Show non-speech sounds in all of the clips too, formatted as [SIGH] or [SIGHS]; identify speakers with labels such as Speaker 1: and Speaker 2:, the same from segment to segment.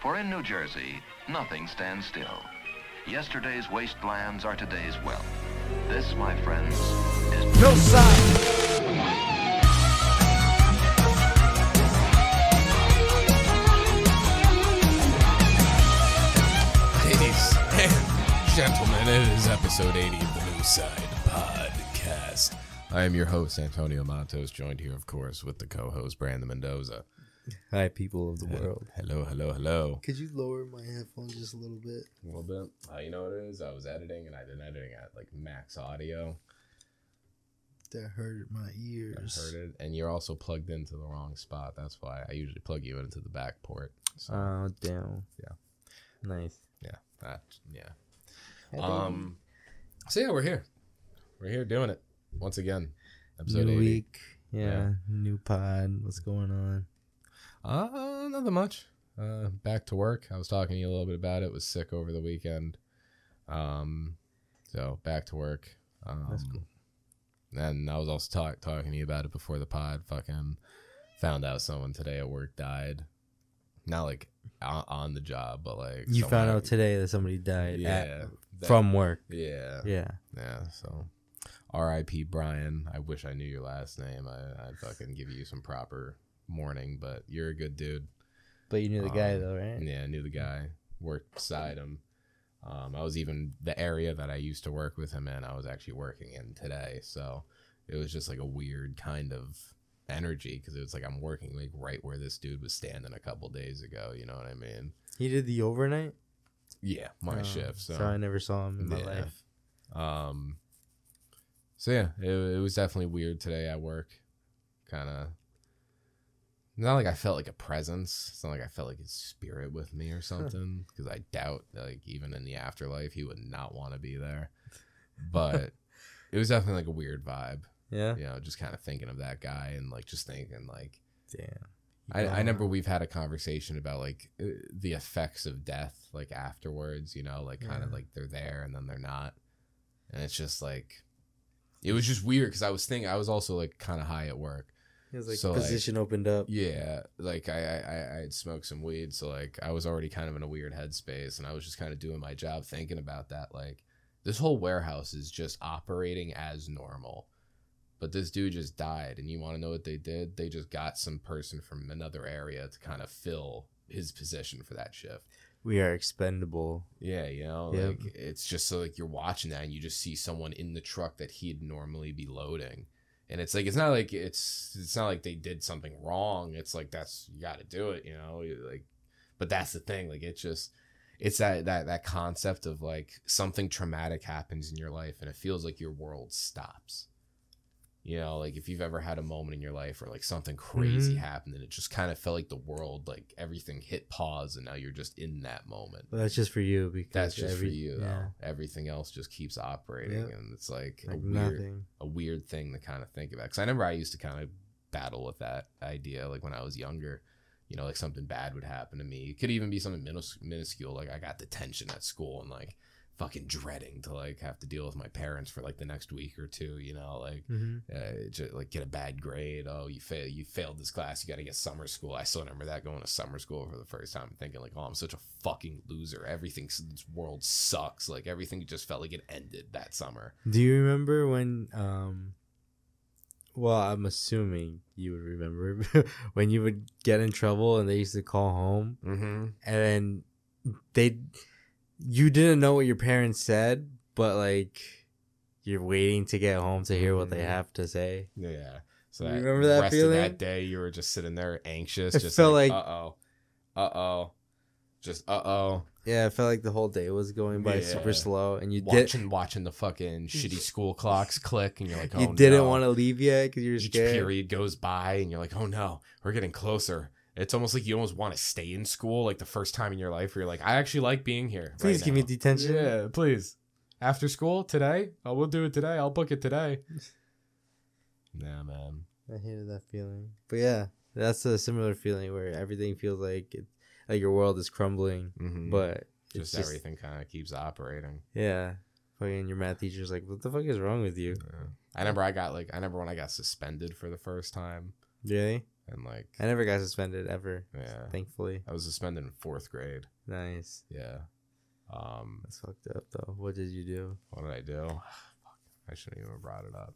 Speaker 1: For in New Jersey, nothing stands still. Yesterday's wastelands are today's wealth. This, my friends, is
Speaker 2: Hillside.
Speaker 3: Ladies and gentlemen, it is episode 80 of the New Side Podcast. I am your host, Antonio Matos, joined here, of course, with the co host, Brandon Mendoza.
Speaker 4: Hi, people of the world.
Speaker 3: Hello, hello, hello.
Speaker 5: Could you lower my headphones just a little bit?
Speaker 3: A little bit. Uh, you know what it is? I was editing and I've been editing at like max audio.
Speaker 5: That hurt my
Speaker 3: I
Speaker 5: ears.
Speaker 3: heard it. And you're also plugged into the wrong spot. That's why I usually plug you into the back port. So,
Speaker 4: Oh, damn.
Speaker 3: Yeah.
Speaker 4: Nice.
Speaker 3: yeah. That, yeah. Um, so, yeah, we're here. We're here doing it once again. Episode
Speaker 4: new
Speaker 3: 80.
Speaker 4: week. Yeah,
Speaker 3: Yeah.
Speaker 4: New pod. What's going on?
Speaker 3: Uh, nothing much. Uh, back to work. I was talking to you a little bit about it. Was sick over the weekend. Um, so back to work. Um,
Speaker 4: That's cool.
Speaker 3: And I was also talk, talking to you about it before the pod. Fucking found out someone today at work died. Not like on, on the job, but like
Speaker 4: You found
Speaker 3: someone-
Speaker 4: out today that somebody died
Speaker 3: Yeah.
Speaker 4: at,
Speaker 3: that-
Speaker 4: from work.
Speaker 3: yeah.
Speaker 4: Yeah.
Speaker 3: Yeah, so R.I.P. Brian. I wish I knew your last name. I, I'd fucking give you some proper warning, but you're a good dude.
Speaker 4: But you knew the guy,
Speaker 3: Um,
Speaker 4: though, [LAUGHS] right?
Speaker 3: Yeah, I knew the guy. Worked beside him. Um, I was even the area that I used to work with him in. I was actually working in today, so it was just like a weird kind of energy because it was like I'm working like right where this dude was standing a couple days ago. You know what I mean?
Speaker 4: He did the overnight?
Speaker 3: Yeah, my
Speaker 4: Oh,
Speaker 3: shift. So,
Speaker 4: I never saw him in my
Speaker 3: Yeah.
Speaker 4: life.
Speaker 3: um, so yeah, it, it was definitely weird today at work. Kind of. Not like I felt like a presence. It's not like I felt like his spirit with me or something. Because I doubt, like, even in the afterlife, he would not want to be there.
Speaker 4: [LAUGHS]
Speaker 3: But it was definitely like a weird vibe.
Speaker 4: Yeah?
Speaker 3: You know, just kind of thinking of that guy and like just thinking, like,
Speaker 4: Damn.
Speaker 3: I, I
Speaker 4: Yeah.
Speaker 3: remember we've had a conversation about like uh, the effects of death, like afterwards, you know, like kind of
Speaker 4: Yeah.
Speaker 3: like they're there and then they're not. And it's just like, it was just weird because I was thinking, I was also like kind of high at work.
Speaker 4: It was like
Speaker 3: So, like-
Speaker 4: position opened up.
Speaker 3: Yeah. Like I, I, I- I had smoked some weed. So like I was already kind of in a weird headspace and I was just kind of doing my job thinking about that. Like this whole warehouse is just operating as normal. But this dude just died, and you want to know what they did? They just got some person from another area to kind of fill his position for that shift.
Speaker 4: We are expendable.
Speaker 3: Yeah, you know,
Speaker 4: Yep.
Speaker 3: like it's just so like you're watching that and you just see someone in the truck that he'd normally be loading. And it's like it's not like it's it's not like they did something wrong. It's like that's you got to do it, you know. You, Like but that's the thing, like it just it's that that that concept of like something traumatic happens in your life and it feels like your world stops. You know, like if you've ever had a moment in your life where like something crazy
Speaker 4: Mhm.
Speaker 3: happened and it just kind of felt like the world like everything hit pause and now you're just in that moment.
Speaker 4: But that's just for you because
Speaker 3: That's just
Speaker 4: every-
Speaker 3: for you, though.
Speaker 4: yeah,
Speaker 3: Everything else just keeps operating,
Speaker 5: Yeah.
Speaker 3: and it's like, a
Speaker 4: like
Speaker 3: weird,
Speaker 4: nothing.
Speaker 3: a weird thing to kind of think about. Because I remember I used to kind of battle with that idea, like when I was younger. You know, like something bad would happen to me. It could even be something minus- minuscule, like I got detention at school and like fucking dreading to like have to deal with my parents for like the next week or two. You know, like
Speaker 4: hmm
Speaker 3: uh, just like get a bad grade. Oh, you fail, you failed this class. You got to get summer school. I still remember that going to summer school for the first time, and thinking like, oh, I'm such a fucking loser. Everything s- this world sucks. Like everything just felt like it ended that summer.
Speaker 4: Do you remember when um well, I'm assuming you would remember [LAUGHS] when you would get in trouble and they used to call home
Speaker 3: Mm-hmm.
Speaker 4: and then they you didn't know what your parents said, but like you're waiting to get home to hear what they
Speaker 3: Mhm.
Speaker 4: have to say.
Speaker 3: Yeah. So
Speaker 4: You
Speaker 3: that
Speaker 4: remember that
Speaker 3: rest
Speaker 4: feeling?
Speaker 3: of that day, you were just sitting there anxious.
Speaker 4: It
Speaker 3: just
Speaker 4: felt
Speaker 3: like,
Speaker 4: like-
Speaker 3: uh oh, uh oh, just uh oh.
Speaker 4: Yeah, it felt like the whole day was going by
Speaker 3: Yeah.
Speaker 4: super slow and you did
Speaker 3: Watching watching the fucking
Speaker 4: [LAUGHS]
Speaker 3: shitty school clocks click, and you're like, oh,
Speaker 4: you didn't
Speaker 3: no.
Speaker 4: want to leave yet because you were
Speaker 3: each
Speaker 4: scared.
Speaker 3: period goes by and you're like, oh no, we're getting closer. It's almost like you almost want to stay in school, like the first time in your life where you're like, I actually like being here.
Speaker 4: Please
Speaker 3: right
Speaker 4: give
Speaker 3: now.
Speaker 4: me detention.
Speaker 3: Yeah, please. After school today, oh, we'll do it today. I'll book it today.
Speaker 4: [LAUGHS]
Speaker 3: nah, man.
Speaker 4: I hated that feeling. But yeah, that's a similar feeling where everything feels like it, like your world is crumbling,
Speaker 3: Mhm.
Speaker 4: but it's
Speaker 3: just, everything kind of keeps operating.
Speaker 4: Yeah. Fucking your math teacher's like, what the fuck is wrong with you?
Speaker 3: Yeah. I remember I got like I remember when I got suspended for the first time. I
Speaker 4: Really?
Speaker 3: and like
Speaker 4: I never got suspended ever.
Speaker 3: Yeah.
Speaker 4: Thankfully.
Speaker 3: I was suspended in fourth grade.
Speaker 4: Nice.
Speaker 3: Yeah. Um,
Speaker 4: That's fucked up though. What did you do?
Speaker 3: what did I do? Fuck, I shouldn't even have brought it up.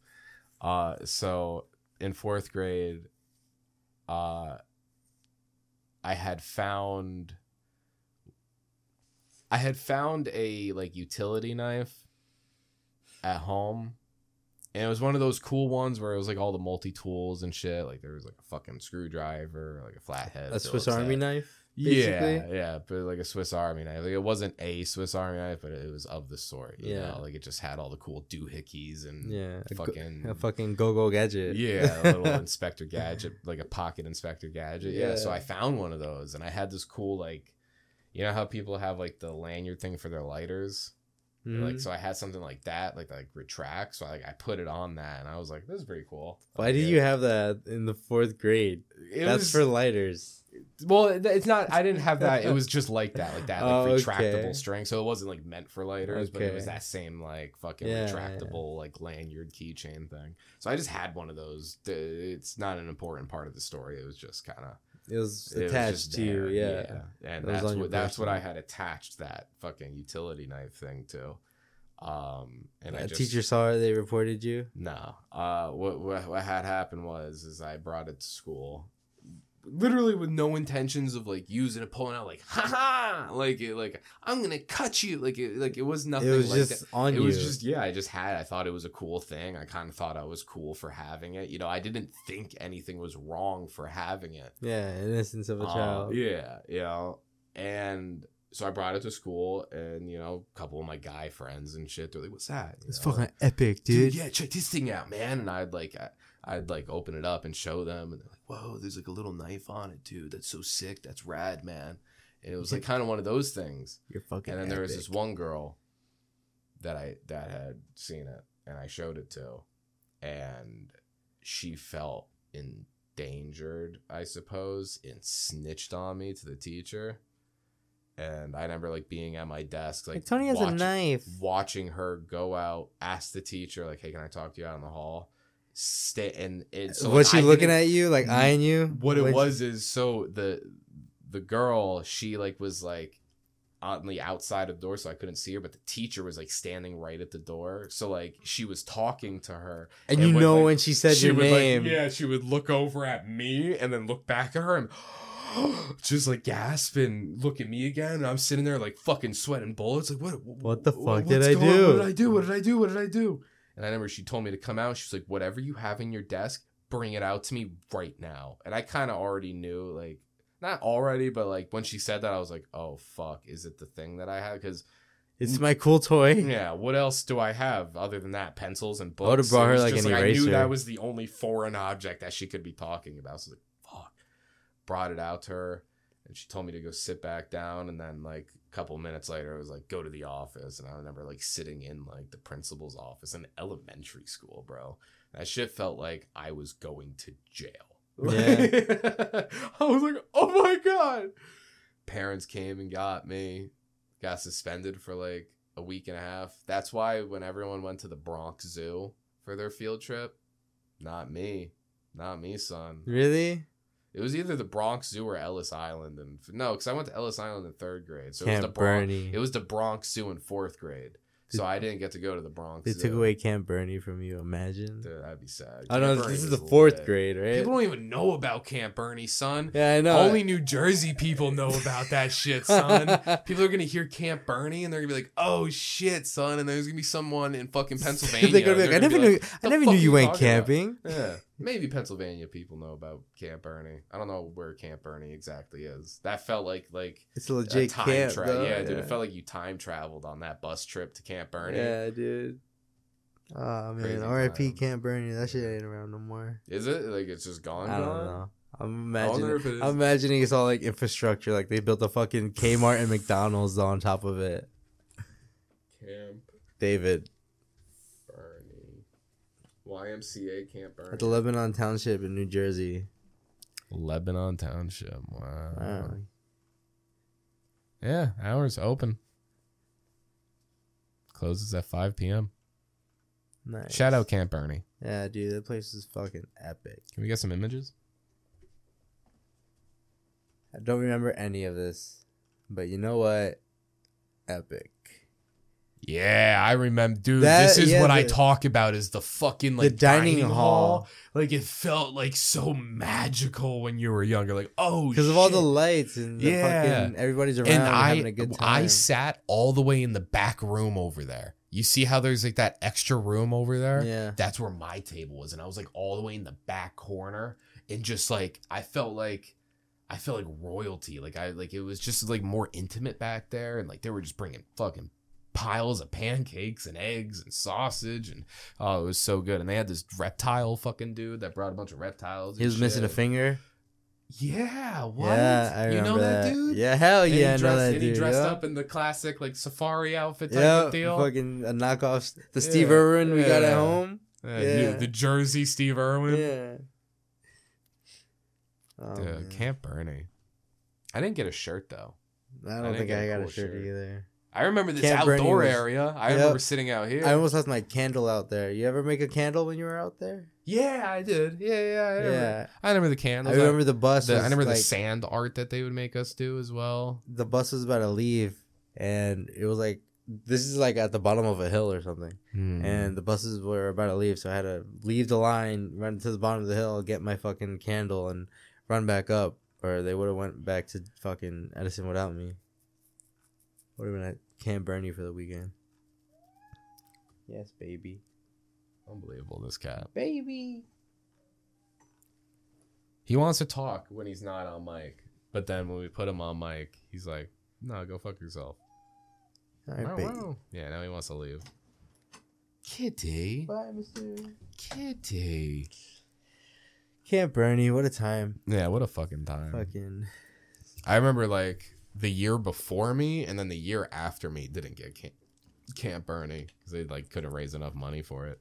Speaker 3: Uh, so in fourth grade, uh, I had found, I had found a like utility knife at home, and it was one of those cool ones where it was like all the multi tools and shit. Like there was like a fucking screwdriver, like a flathead,
Speaker 4: A Swiss
Speaker 3: Phillips head.
Speaker 4: Army knife. basically?
Speaker 3: Yeah, yeah, but like a Swiss Army knife. Like it wasn't a Swiss Army knife, but it was of the sort. You
Speaker 4: Yeah.
Speaker 3: know? like it just had all the cool doohickeys and
Speaker 4: Yeah. A, go-
Speaker 3: fucking
Speaker 4: [LAUGHS] a fucking go-go gadget.
Speaker 3: Mm-hmm. yeah, a
Speaker 4: [LAUGHS]
Speaker 3: little Inspector Gadget, like a pocket Inspector Gadget. Yeah. so
Speaker 5: Yeah.
Speaker 3: I found one of those, and I had this cool like, you know how people have like the lanyard thing for their lighters.
Speaker 4: Mhm.
Speaker 3: Like so, I had something like that, like like retract. So like I put it on that, and I was like, this is pretty cool.
Speaker 4: Why did you have that in the fourth grade?
Speaker 3: It
Speaker 4: That's
Speaker 3: was-
Speaker 4: for lighters.
Speaker 3: Well, it- it's not. I didn't have that. It
Speaker 4: [LAUGHS]
Speaker 3: was just like that, like that, like
Speaker 4: Oh, okay.
Speaker 3: retractable string. So it wasn't like meant for lighters, but it was
Speaker 4: Okay.
Speaker 3: that same like fucking
Speaker 4: Yeah, yeah.
Speaker 3: retractable like lanyard keychain thing. So I just had one of those. D- It's not an important part of the story. It was just kind of
Speaker 4: It was attached to you. Yeah.
Speaker 3: and
Speaker 4: It was
Speaker 3: that's
Speaker 4: on your
Speaker 3: what that's what I
Speaker 4: person.
Speaker 3: had attached that fucking utility knife thing to. Um, and
Speaker 4: A
Speaker 3: I just,
Speaker 4: teacher saw it. They reported you.
Speaker 3: no. Uh, what, what what had happened was is I brought it to school, literally with no intentions of like using it, pulling out like ha ha, like it, like I'm gonna cut you, like it, like it was nothing.
Speaker 4: it was
Speaker 3: like
Speaker 4: just
Speaker 3: that.
Speaker 4: on
Speaker 3: It
Speaker 4: you.
Speaker 3: was just yeah. I just had. I thought it was a cool thing. I kind of thought I was cool for having it. You know, I didn't think anything was wrong for having it.
Speaker 4: yeah, innocence of a
Speaker 3: Uh,
Speaker 4: child.
Speaker 3: Yeah, you know, and so I brought it to school, and you know, a couple of my guy friends and shit. They're like, "What's that?" You
Speaker 4: It's
Speaker 3: know,
Speaker 4: fucking epic, dude.
Speaker 3: dude, yeah, check this thing out, man. And I'd like, I, I'd like open it up and show them, and they're like, whoa, there's like a little knife on it, dude. That's so sick. That's rad, man. And it was like kind of one of those things.
Speaker 4: You're fucking.
Speaker 3: And then there was this
Speaker 4: epic.
Speaker 3: one girl that I that had seen it, and I showed it to, and she felt endangered, I suppose, and snitched on me to the teacher. And I remember like being at my desk, like
Speaker 4: Like, Tony has a
Speaker 3: watching-
Speaker 4: knife.
Speaker 3: watching her go out, ask the teacher, like, "Hey, can I talk to you out in the hall?" Stay and it. So
Speaker 4: was she
Speaker 3: like, I
Speaker 4: looking
Speaker 3: didn't-
Speaker 4: at you like
Speaker 3: Mm.
Speaker 4: eyeing you?
Speaker 3: What it
Speaker 4: What'd-
Speaker 3: was is so the the girl she like was like on the outside of the door, so I couldn't see her, but the teacher was like standing right at the door, so like she was talking to her.
Speaker 4: and
Speaker 3: it
Speaker 4: you
Speaker 3: would,
Speaker 4: know
Speaker 3: like-
Speaker 4: when she said
Speaker 3: she
Speaker 4: your
Speaker 3: would
Speaker 4: name.
Speaker 3: like yeah, she would look over at me and then look back at her and. [GASPS] Just like gasp and look at me again, and I'm sitting there like fucking sweating bullets. Like what?
Speaker 4: What the
Speaker 3: wha-
Speaker 4: fuck did
Speaker 3: what's
Speaker 4: I
Speaker 3: going-
Speaker 4: do?
Speaker 3: What did I do? What did I do? What did I do? And I remember she told me to come out. She was like, whatever you have in your desk, bring it out to me right now. And I kind of already knew, like, not already, but like when she said that, I was like, oh fuck, is it the thing that I have? Because
Speaker 4: It's my cool toy.
Speaker 3: yeah, what else do I have other than that? Pencils and books.
Speaker 4: would've
Speaker 3: So
Speaker 4: brought her,
Speaker 3: it's
Speaker 4: like,
Speaker 3: just,
Speaker 4: an
Speaker 3: I knew
Speaker 4: eraser.
Speaker 3: that was the only foreign object that she could be talking about. So I was like, fuck. Brought it out to her, and she told me to go sit back down. And then like a couple minutes later, it was like, go to the office. And I remember like sitting in like the principal's office in elementary school, bro. That shit felt like I was going to jail. Like, [LAUGHS] I was like, oh my god. Parents came and got me got suspended for like a week and a half. That's why when everyone went to the Bronx Zoo for their field trip, not me, not me, son.
Speaker 4: Really?
Speaker 3: It was either the Bronx Zoo or Ellis Island, and no, because I went to Ellis Island in third grade, so it was
Speaker 4: Camp
Speaker 3: the Bronx.
Speaker 4: Bernie.
Speaker 3: It was the Bronx Zoo in fourth grade, so I didn't get to go to the Bronx.
Speaker 4: They
Speaker 3: Zoo.
Speaker 4: took away Camp Bernie from you. Imagine.
Speaker 3: Dude, that'd be sad.
Speaker 4: I
Speaker 3: Camp
Speaker 4: don't know. This
Speaker 3: Bernie
Speaker 4: is the
Speaker 3: was
Speaker 4: fourth
Speaker 3: lit.
Speaker 4: grade, right?
Speaker 3: People don't even know about Camp Bernie, son.
Speaker 4: yeah, I know. [LAUGHS]
Speaker 3: Only New Jersey people know about that shit, son. People are gonna hear Camp Bernie and they're gonna be like, "Oh shit, son!" And there's gonna be someone in
Speaker 4: [LAUGHS]
Speaker 3: fucking Pennsylvania.
Speaker 4: They're gonna be like, I
Speaker 3: and they're
Speaker 4: never
Speaker 3: gonna be
Speaker 4: knew. I
Speaker 3: "The
Speaker 4: never
Speaker 3: fuck
Speaker 4: knew
Speaker 3: are
Speaker 4: you
Speaker 3: you
Speaker 4: went
Speaker 3: talking about?"
Speaker 4: camping.
Speaker 3: yeah, [LAUGHS] maybe Pennsylvania people know about Camp Bernie. I don't know where Camp Bernie exactly is. That felt like like
Speaker 4: It's
Speaker 3: a
Speaker 4: a legit
Speaker 3: time
Speaker 4: camp.
Speaker 3: tra-
Speaker 4: though.
Speaker 3: yeah, dude, it felt like you time traveled on that bus trip to Camp Bernie.
Speaker 4: Yeah, dude. Oh
Speaker 3: Crazy
Speaker 4: man, R.I.P.
Speaker 3: time.
Speaker 4: Camp Bernie. That shit ain't around no more.
Speaker 3: Is it like it's just gone?
Speaker 4: I don't
Speaker 3: gone?
Speaker 4: know. I'm
Speaker 3: I
Speaker 4: imagining.
Speaker 3: wonder if it is.
Speaker 4: I'm imagining it's all like infrastructure. Like they built a fucking Kmart and McDonald's on top of it.
Speaker 3: Camp
Speaker 4: David
Speaker 3: Bernie, YMCA Camp
Speaker 4: at the
Speaker 3: Bernie,
Speaker 4: Lebanon Township in New Jersey.
Speaker 3: Lebanon Township. Wow.
Speaker 4: Wow.
Speaker 3: Yeah, hours open. Closes at 5 p.m.
Speaker 4: Nice.
Speaker 3: Shout out Camp Bernie.
Speaker 4: Yeah, dude, that place is fucking epic.
Speaker 3: Can we get some images?
Speaker 4: I don't remember any of this, but you know what? Epic.
Speaker 3: Yeah, I remember, dude.
Speaker 4: That-
Speaker 3: this is
Speaker 4: yeah,
Speaker 3: what I
Speaker 4: the-
Speaker 3: talk about is the fucking like
Speaker 4: the dining, hall
Speaker 3: Like it felt like so magical when you were younger. Like oh,
Speaker 4: because of all the
Speaker 3: shit.
Speaker 4: lights and the
Speaker 3: Yeah.
Speaker 4: fucking everybody's around
Speaker 3: and
Speaker 4: having a
Speaker 3: I
Speaker 4: good time.
Speaker 3: I sat all the way in the back room over there. You see how there's like that extra room over there?
Speaker 4: yeah.
Speaker 3: That's where my table was, and I was like all the way in the back corner, and just like I felt like. I felt like royalty. Like I like it was just like more intimate back there and like they were just bringing fucking piles of pancakes and eggs and sausage and oh it was so good. And they had this reptile fucking dude that brought a bunch of reptiles.
Speaker 4: He was missing a
Speaker 3: finger.
Speaker 4: finger.
Speaker 3: Yeah, what?
Speaker 4: Yeah, I
Speaker 3: you
Speaker 4: remember
Speaker 3: know that, dude?
Speaker 4: Yeah, hell
Speaker 3: And
Speaker 4: yeah, I
Speaker 3: he dressed,
Speaker 4: know that
Speaker 3: and he
Speaker 4: dude.
Speaker 3: dressed
Speaker 4: yeah.
Speaker 3: up in the classic like safari outfit type
Speaker 4: yeah,
Speaker 3: of deal.
Speaker 4: fucking a knockoff, s-
Speaker 3: Yeah,
Speaker 4: the Steve Irwin we got at
Speaker 3: yeah.
Speaker 4: home.
Speaker 3: Uh,
Speaker 4: yeah.
Speaker 3: you- the Jersey Steve Irwin.
Speaker 4: Yeah. Oh,
Speaker 3: Dude,
Speaker 4: man.
Speaker 3: Camp Bernie. I didn't get a shirt though.
Speaker 4: I don't
Speaker 3: I didn't
Speaker 4: think
Speaker 3: get
Speaker 4: I
Speaker 3: a
Speaker 4: got a
Speaker 3: cool
Speaker 4: shirt,
Speaker 3: shirt.
Speaker 4: either.
Speaker 3: I remember this
Speaker 4: Camp Bernie
Speaker 3: outdoor
Speaker 4: was-
Speaker 3: area. I
Speaker 4: Yep.
Speaker 3: remember sitting out here.
Speaker 4: I almost left my candle out there. You ever make a candle when you were out there?
Speaker 3: yeah, I did. Yeah, yeah, I remember.
Speaker 4: Yeah,
Speaker 3: I remember the
Speaker 4: I
Speaker 3: candles. I
Speaker 4: remember the bus.
Speaker 3: the, I
Speaker 4: was,
Speaker 3: remember the
Speaker 4: like,
Speaker 3: sand art that they would make us do as well.
Speaker 4: the bus was about to leave, and it was like this is like at the bottom of a hill or something. and the buses were about to leave, so I had to leave the line, run to the bottom of the hill, get my fucking candle, and run back up, or they would have went back to fucking Edison without me. Would have been at Camp Bernie for the weekend. Yes, baby,
Speaker 3: unbelievable this cat.
Speaker 4: baby.
Speaker 3: He wants to talk when he's not on mic, but then when we put him on mic, he's like, "No, go fuck yourself."
Speaker 4: All right,
Speaker 3: Wow,
Speaker 4: baby.
Speaker 3: wow. Yeah, now he wants to leave. Kitty,
Speaker 4: Bye, Mister.
Speaker 3: kitty.
Speaker 4: Camp Bernie, what a time!
Speaker 3: Yeah, what a fucking time.
Speaker 4: Fucking
Speaker 3: I remember like the year before me, and then the year after me didn't get Camp, camp Bernie because they like couldn't raise enough money for it.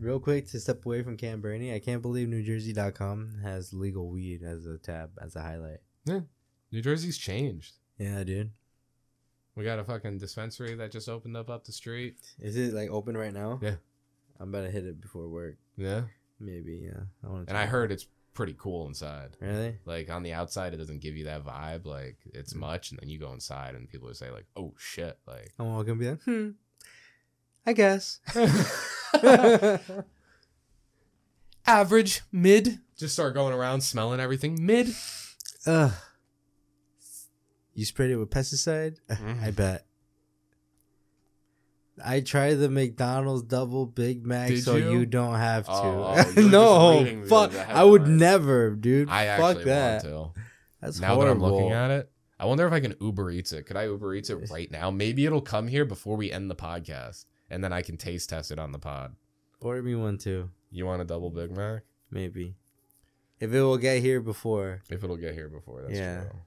Speaker 4: real quick to step away from Camp Bernie. I can't believe NewJersey.com has legal weed as a tab as a highlight.
Speaker 3: New Jersey's changed.
Speaker 4: Yeah, dude.
Speaker 3: We got a fucking dispensary that just opened up up the street.
Speaker 4: Is it like open right now?
Speaker 3: Yeah.
Speaker 4: I'm about to hit it before work.
Speaker 3: Yeah,
Speaker 4: Maybe, yeah. I want
Speaker 3: and I heard it's pretty cool inside.
Speaker 4: Really?
Speaker 3: Like on the outside, it doesn't give you that vibe. Like it's much, and then you go inside, and people would say like, "Oh shit!"
Speaker 4: [LAUGHS]
Speaker 3: Like,
Speaker 4: I'm all gonna be like, hmm. I guess. [LAUGHS]
Speaker 3: average, mid. Just start going around smelling everything, mid.
Speaker 4: Ugh. You sprayed it with pesticide? [LAUGHS] I bet. I tried the McDonald's double Big Mac
Speaker 3: Did
Speaker 4: so
Speaker 3: you?
Speaker 4: you? don't have to. [LAUGHS]
Speaker 3: Oh, oh, you were just reading
Speaker 4: no,
Speaker 3: the-
Speaker 4: fuck.
Speaker 3: the
Speaker 4: I would
Speaker 3: headlines.
Speaker 4: never, dude.
Speaker 3: I actually
Speaker 4: fuck that.
Speaker 3: want to.
Speaker 4: That's
Speaker 3: now
Speaker 4: horrible.
Speaker 3: that I'm looking at it, I wonder if I can Uber Eats it. Could I Uber Eats it right now? Maybe it'll come here before we end the podcast, and then I can taste test it on the pod.
Speaker 4: Order me one too,
Speaker 3: You want a double Big Mac?
Speaker 4: maybe. If it will get here before.
Speaker 3: If it'll get here before, that's
Speaker 4: Yeah.
Speaker 3: true.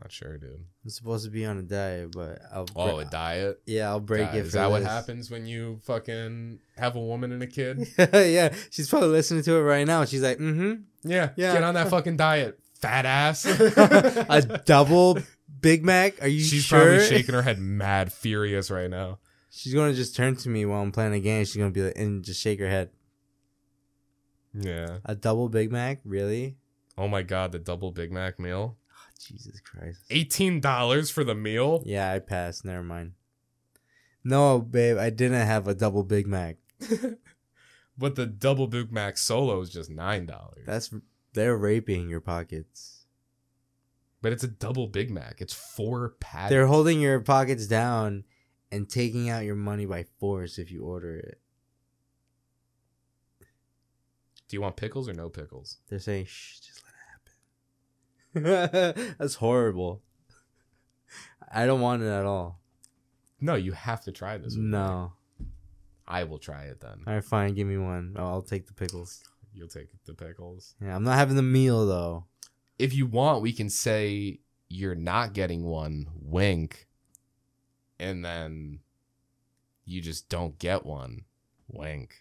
Speaker 3: Not sure, dude.
Speaker 4: I'm supposed to be on a diet, but I'll bre-
Speaker 3: Oh, a diet.
Speaker 4: yeah, I'll break
Speaker 3: Diet.
Speaker 4: it.
Speaker 3: Is
Speaker 4: for
Speaker 3: that what
Speaker 4: this.
Speaker 3: happens when you fucking have a woman and a kid?
Speaker 4: [LAUGHS] yeah, she's probably listening to it right now. She's like, mm-hmm, [LAUGHS]
Speaker 3: Yeah,
Speaker 4: Yeah.
Speaker 3: Get on that fucking diet, fat ass.
Speaker 4: [LAUGHS] a double Big Mac. Are you
Speaker 3: [LAUGHS] She's
Speaker 4: sure?
Speaker 3: probably shaking her head, mad furious right now.
Speaker 4: [LAUGHS] She's gonna just turn to me while I'm playing a game. She's gonna be like, and just shake her head.
Speaker 3: Yeah.
Speaker 4: A double Big Mac, really?
Speaker 3: Oh my god, the double Big Mac meal.
Speaker 4: Oh, Jesus Christ.
Speaker 3: Eighteen dollars for the meal.
Speaker 4: Yeah, I passed. Never mind. No, babe, I didn't have a double Big Mac.
Speaker 3: But the double Big Mac solo is just nine dollars.
Speaker 4: That's they're raping your pockets.
Speaker 3: But it's a double Big Mac. It's four patties.
Speaker 4: They're holding your pockets down and taking out your money by force if you order it.
Speaker 3: Do you want pickles or no pickles?
Speaker 4: They're saying, shh, just let it happen. [LAUGHS] That's horrible. I don't want it at all.
Speaker 3: No, you have to try this. with me.
Speaker 4: No.
Speaker 3: I will try it then.
Speaker 4: All right, fine. Give me one. Oh, I'll take the pickles.
Speaker 3: You'll take the pickles.
Speaker 4: Yeah, I'm not having the meal though.
Speaker 3: If you want, we can say you're not getting one, wink, and then you just don't get one, wink.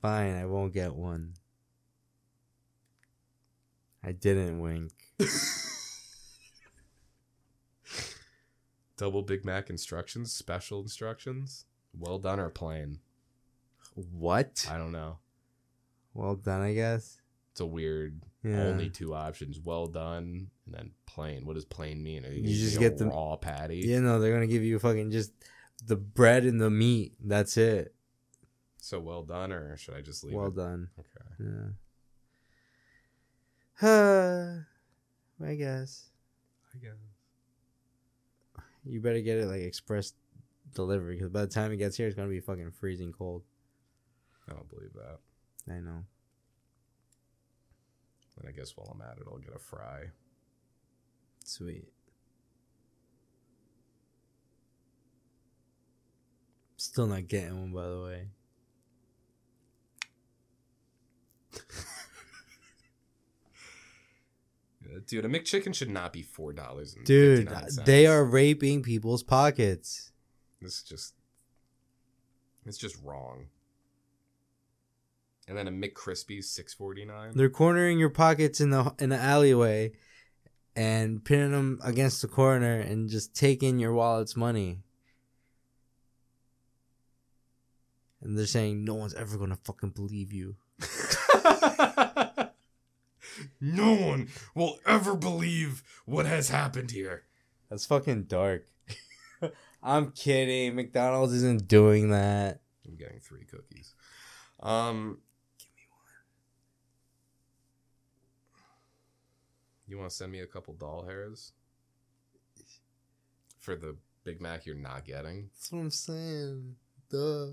Speaker 4: Fine, I won't get one. I didn't wink.
Speaker 3: Double Big Mac instructions, special instructions. Well done or plain.
Speaker 4: What?
Speaker 3: I don't know.
Speaker 4: Well done, I guess.
Speaker 3: It's a weird
Speaker 4: Yeah.
Speaker 3: only two options. Well done and then plain. What does plain mean?
Speaker 4: You just get the-
Speaker 3: raw patty.
Speaker 4: You know they're gonna give you fucking just the bread and the meat. That's it.
Speaker 3: So well done, or should I just leave?
Speaker 4: well
Speaker 3: it?
Speaker 4: done.
Speaker 3: Okay.
Speaker 4: Yeah. Huh. Uh, [SIGHS] I guess
Speaker 3: I guess.
Speaker 4: you better get it like express delivery because by the time it gets here, it's gonna be fucking freezing cold.
Speaker 3: I don't believe that.
Speaker 4: I know.
Speaker 3: And I guess while I'm at it, I'll get a fry.
Speaker 4: Sweet. Still not getting one, by the way.
Speaker 3: Yeah, Dude, a McChicken should not be four dollars.
Speaker 4: Dude, they are raping people's pockets.
Speaker 3: This is just. It's just wrong. And then a McCrispy's six forty nine.
Speaker 4: They're cornering your pockets in the in the alleyway, and pinning them against the corner, and just taking your wallet's money. And they're saying no one's ever gonna fucking believe you.
Speaker 3: no one will ever believe what has happened here.
Speaker 4: That's fucking dark. [LAUGHS] I'm kidding. McDonald's isn't doing that.
Speaker 3: I'm getting three cookies. Um, give me one. You want to send me a couple doll hairs for the Big Mac you're not getting?
Speaker 5: That's what I'm saying. Duh.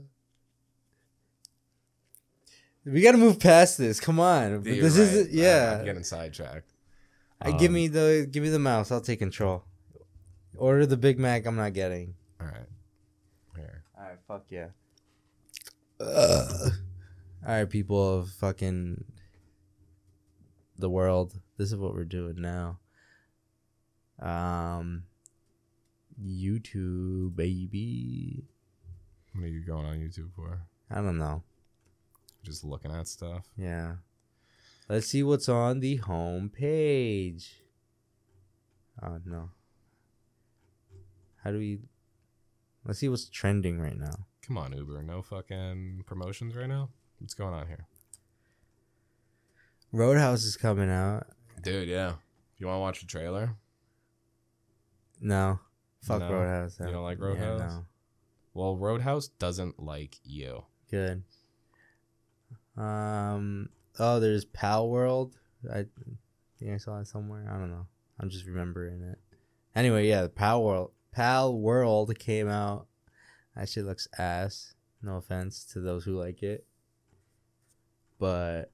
Speaker 4: We gotta move past this. Come on.
Speaker 3: You're
Speaker 4: this
Speaker 3: right.
Speaker 4: is yeah.
Speaker 3: I'm, I'm getting sidetracked.
Speaker 4: I give
Speaker 3: Um,
Speaker 4: me the give me the mouse. I'll take control. Order the Big Mac. I'm not getting.
Speaker 3: All right. Here.
Speaker 4: All right. Fuck yeah. All right, people of fucking the world. This is what we're doing now. Um, YouTube, baby.
Speaker 3: What are you going on YouTube for?
Speaker 4: I don't know.
Speaker 3: Just looking at stuff.
Speaker 4: Yeah. Let's see what's on the home page. Oh no. How do we Let's see what's trending right now.
Speaker 3: Come on, Uber. No fucking promotions right now. What's going on here,
Speaker 4: Roadhouse is coming out.
Speaker 3: dude? Yeah. You want to watch the trailer?
Speaker 4: No. Fuck
Speaker 3: No?
Speaker 4: Roadhouse.
Speaker 3: You
Speaker 4: though.
Speaker 3: don't like
Speaker 4: Yeah,
Speaker 3: Roadhouse?
Speaker 4: no.
Speaker 3: Well, Roadhouse doesn't like you.
Speaker 4: Good. Um oh there's Pal World. I think I saw it somewhere. I don't know. I'm just remembering it. Anyway, yeah, the Pal World Pal World came out. That shit looks ass. No offense to those who like it. But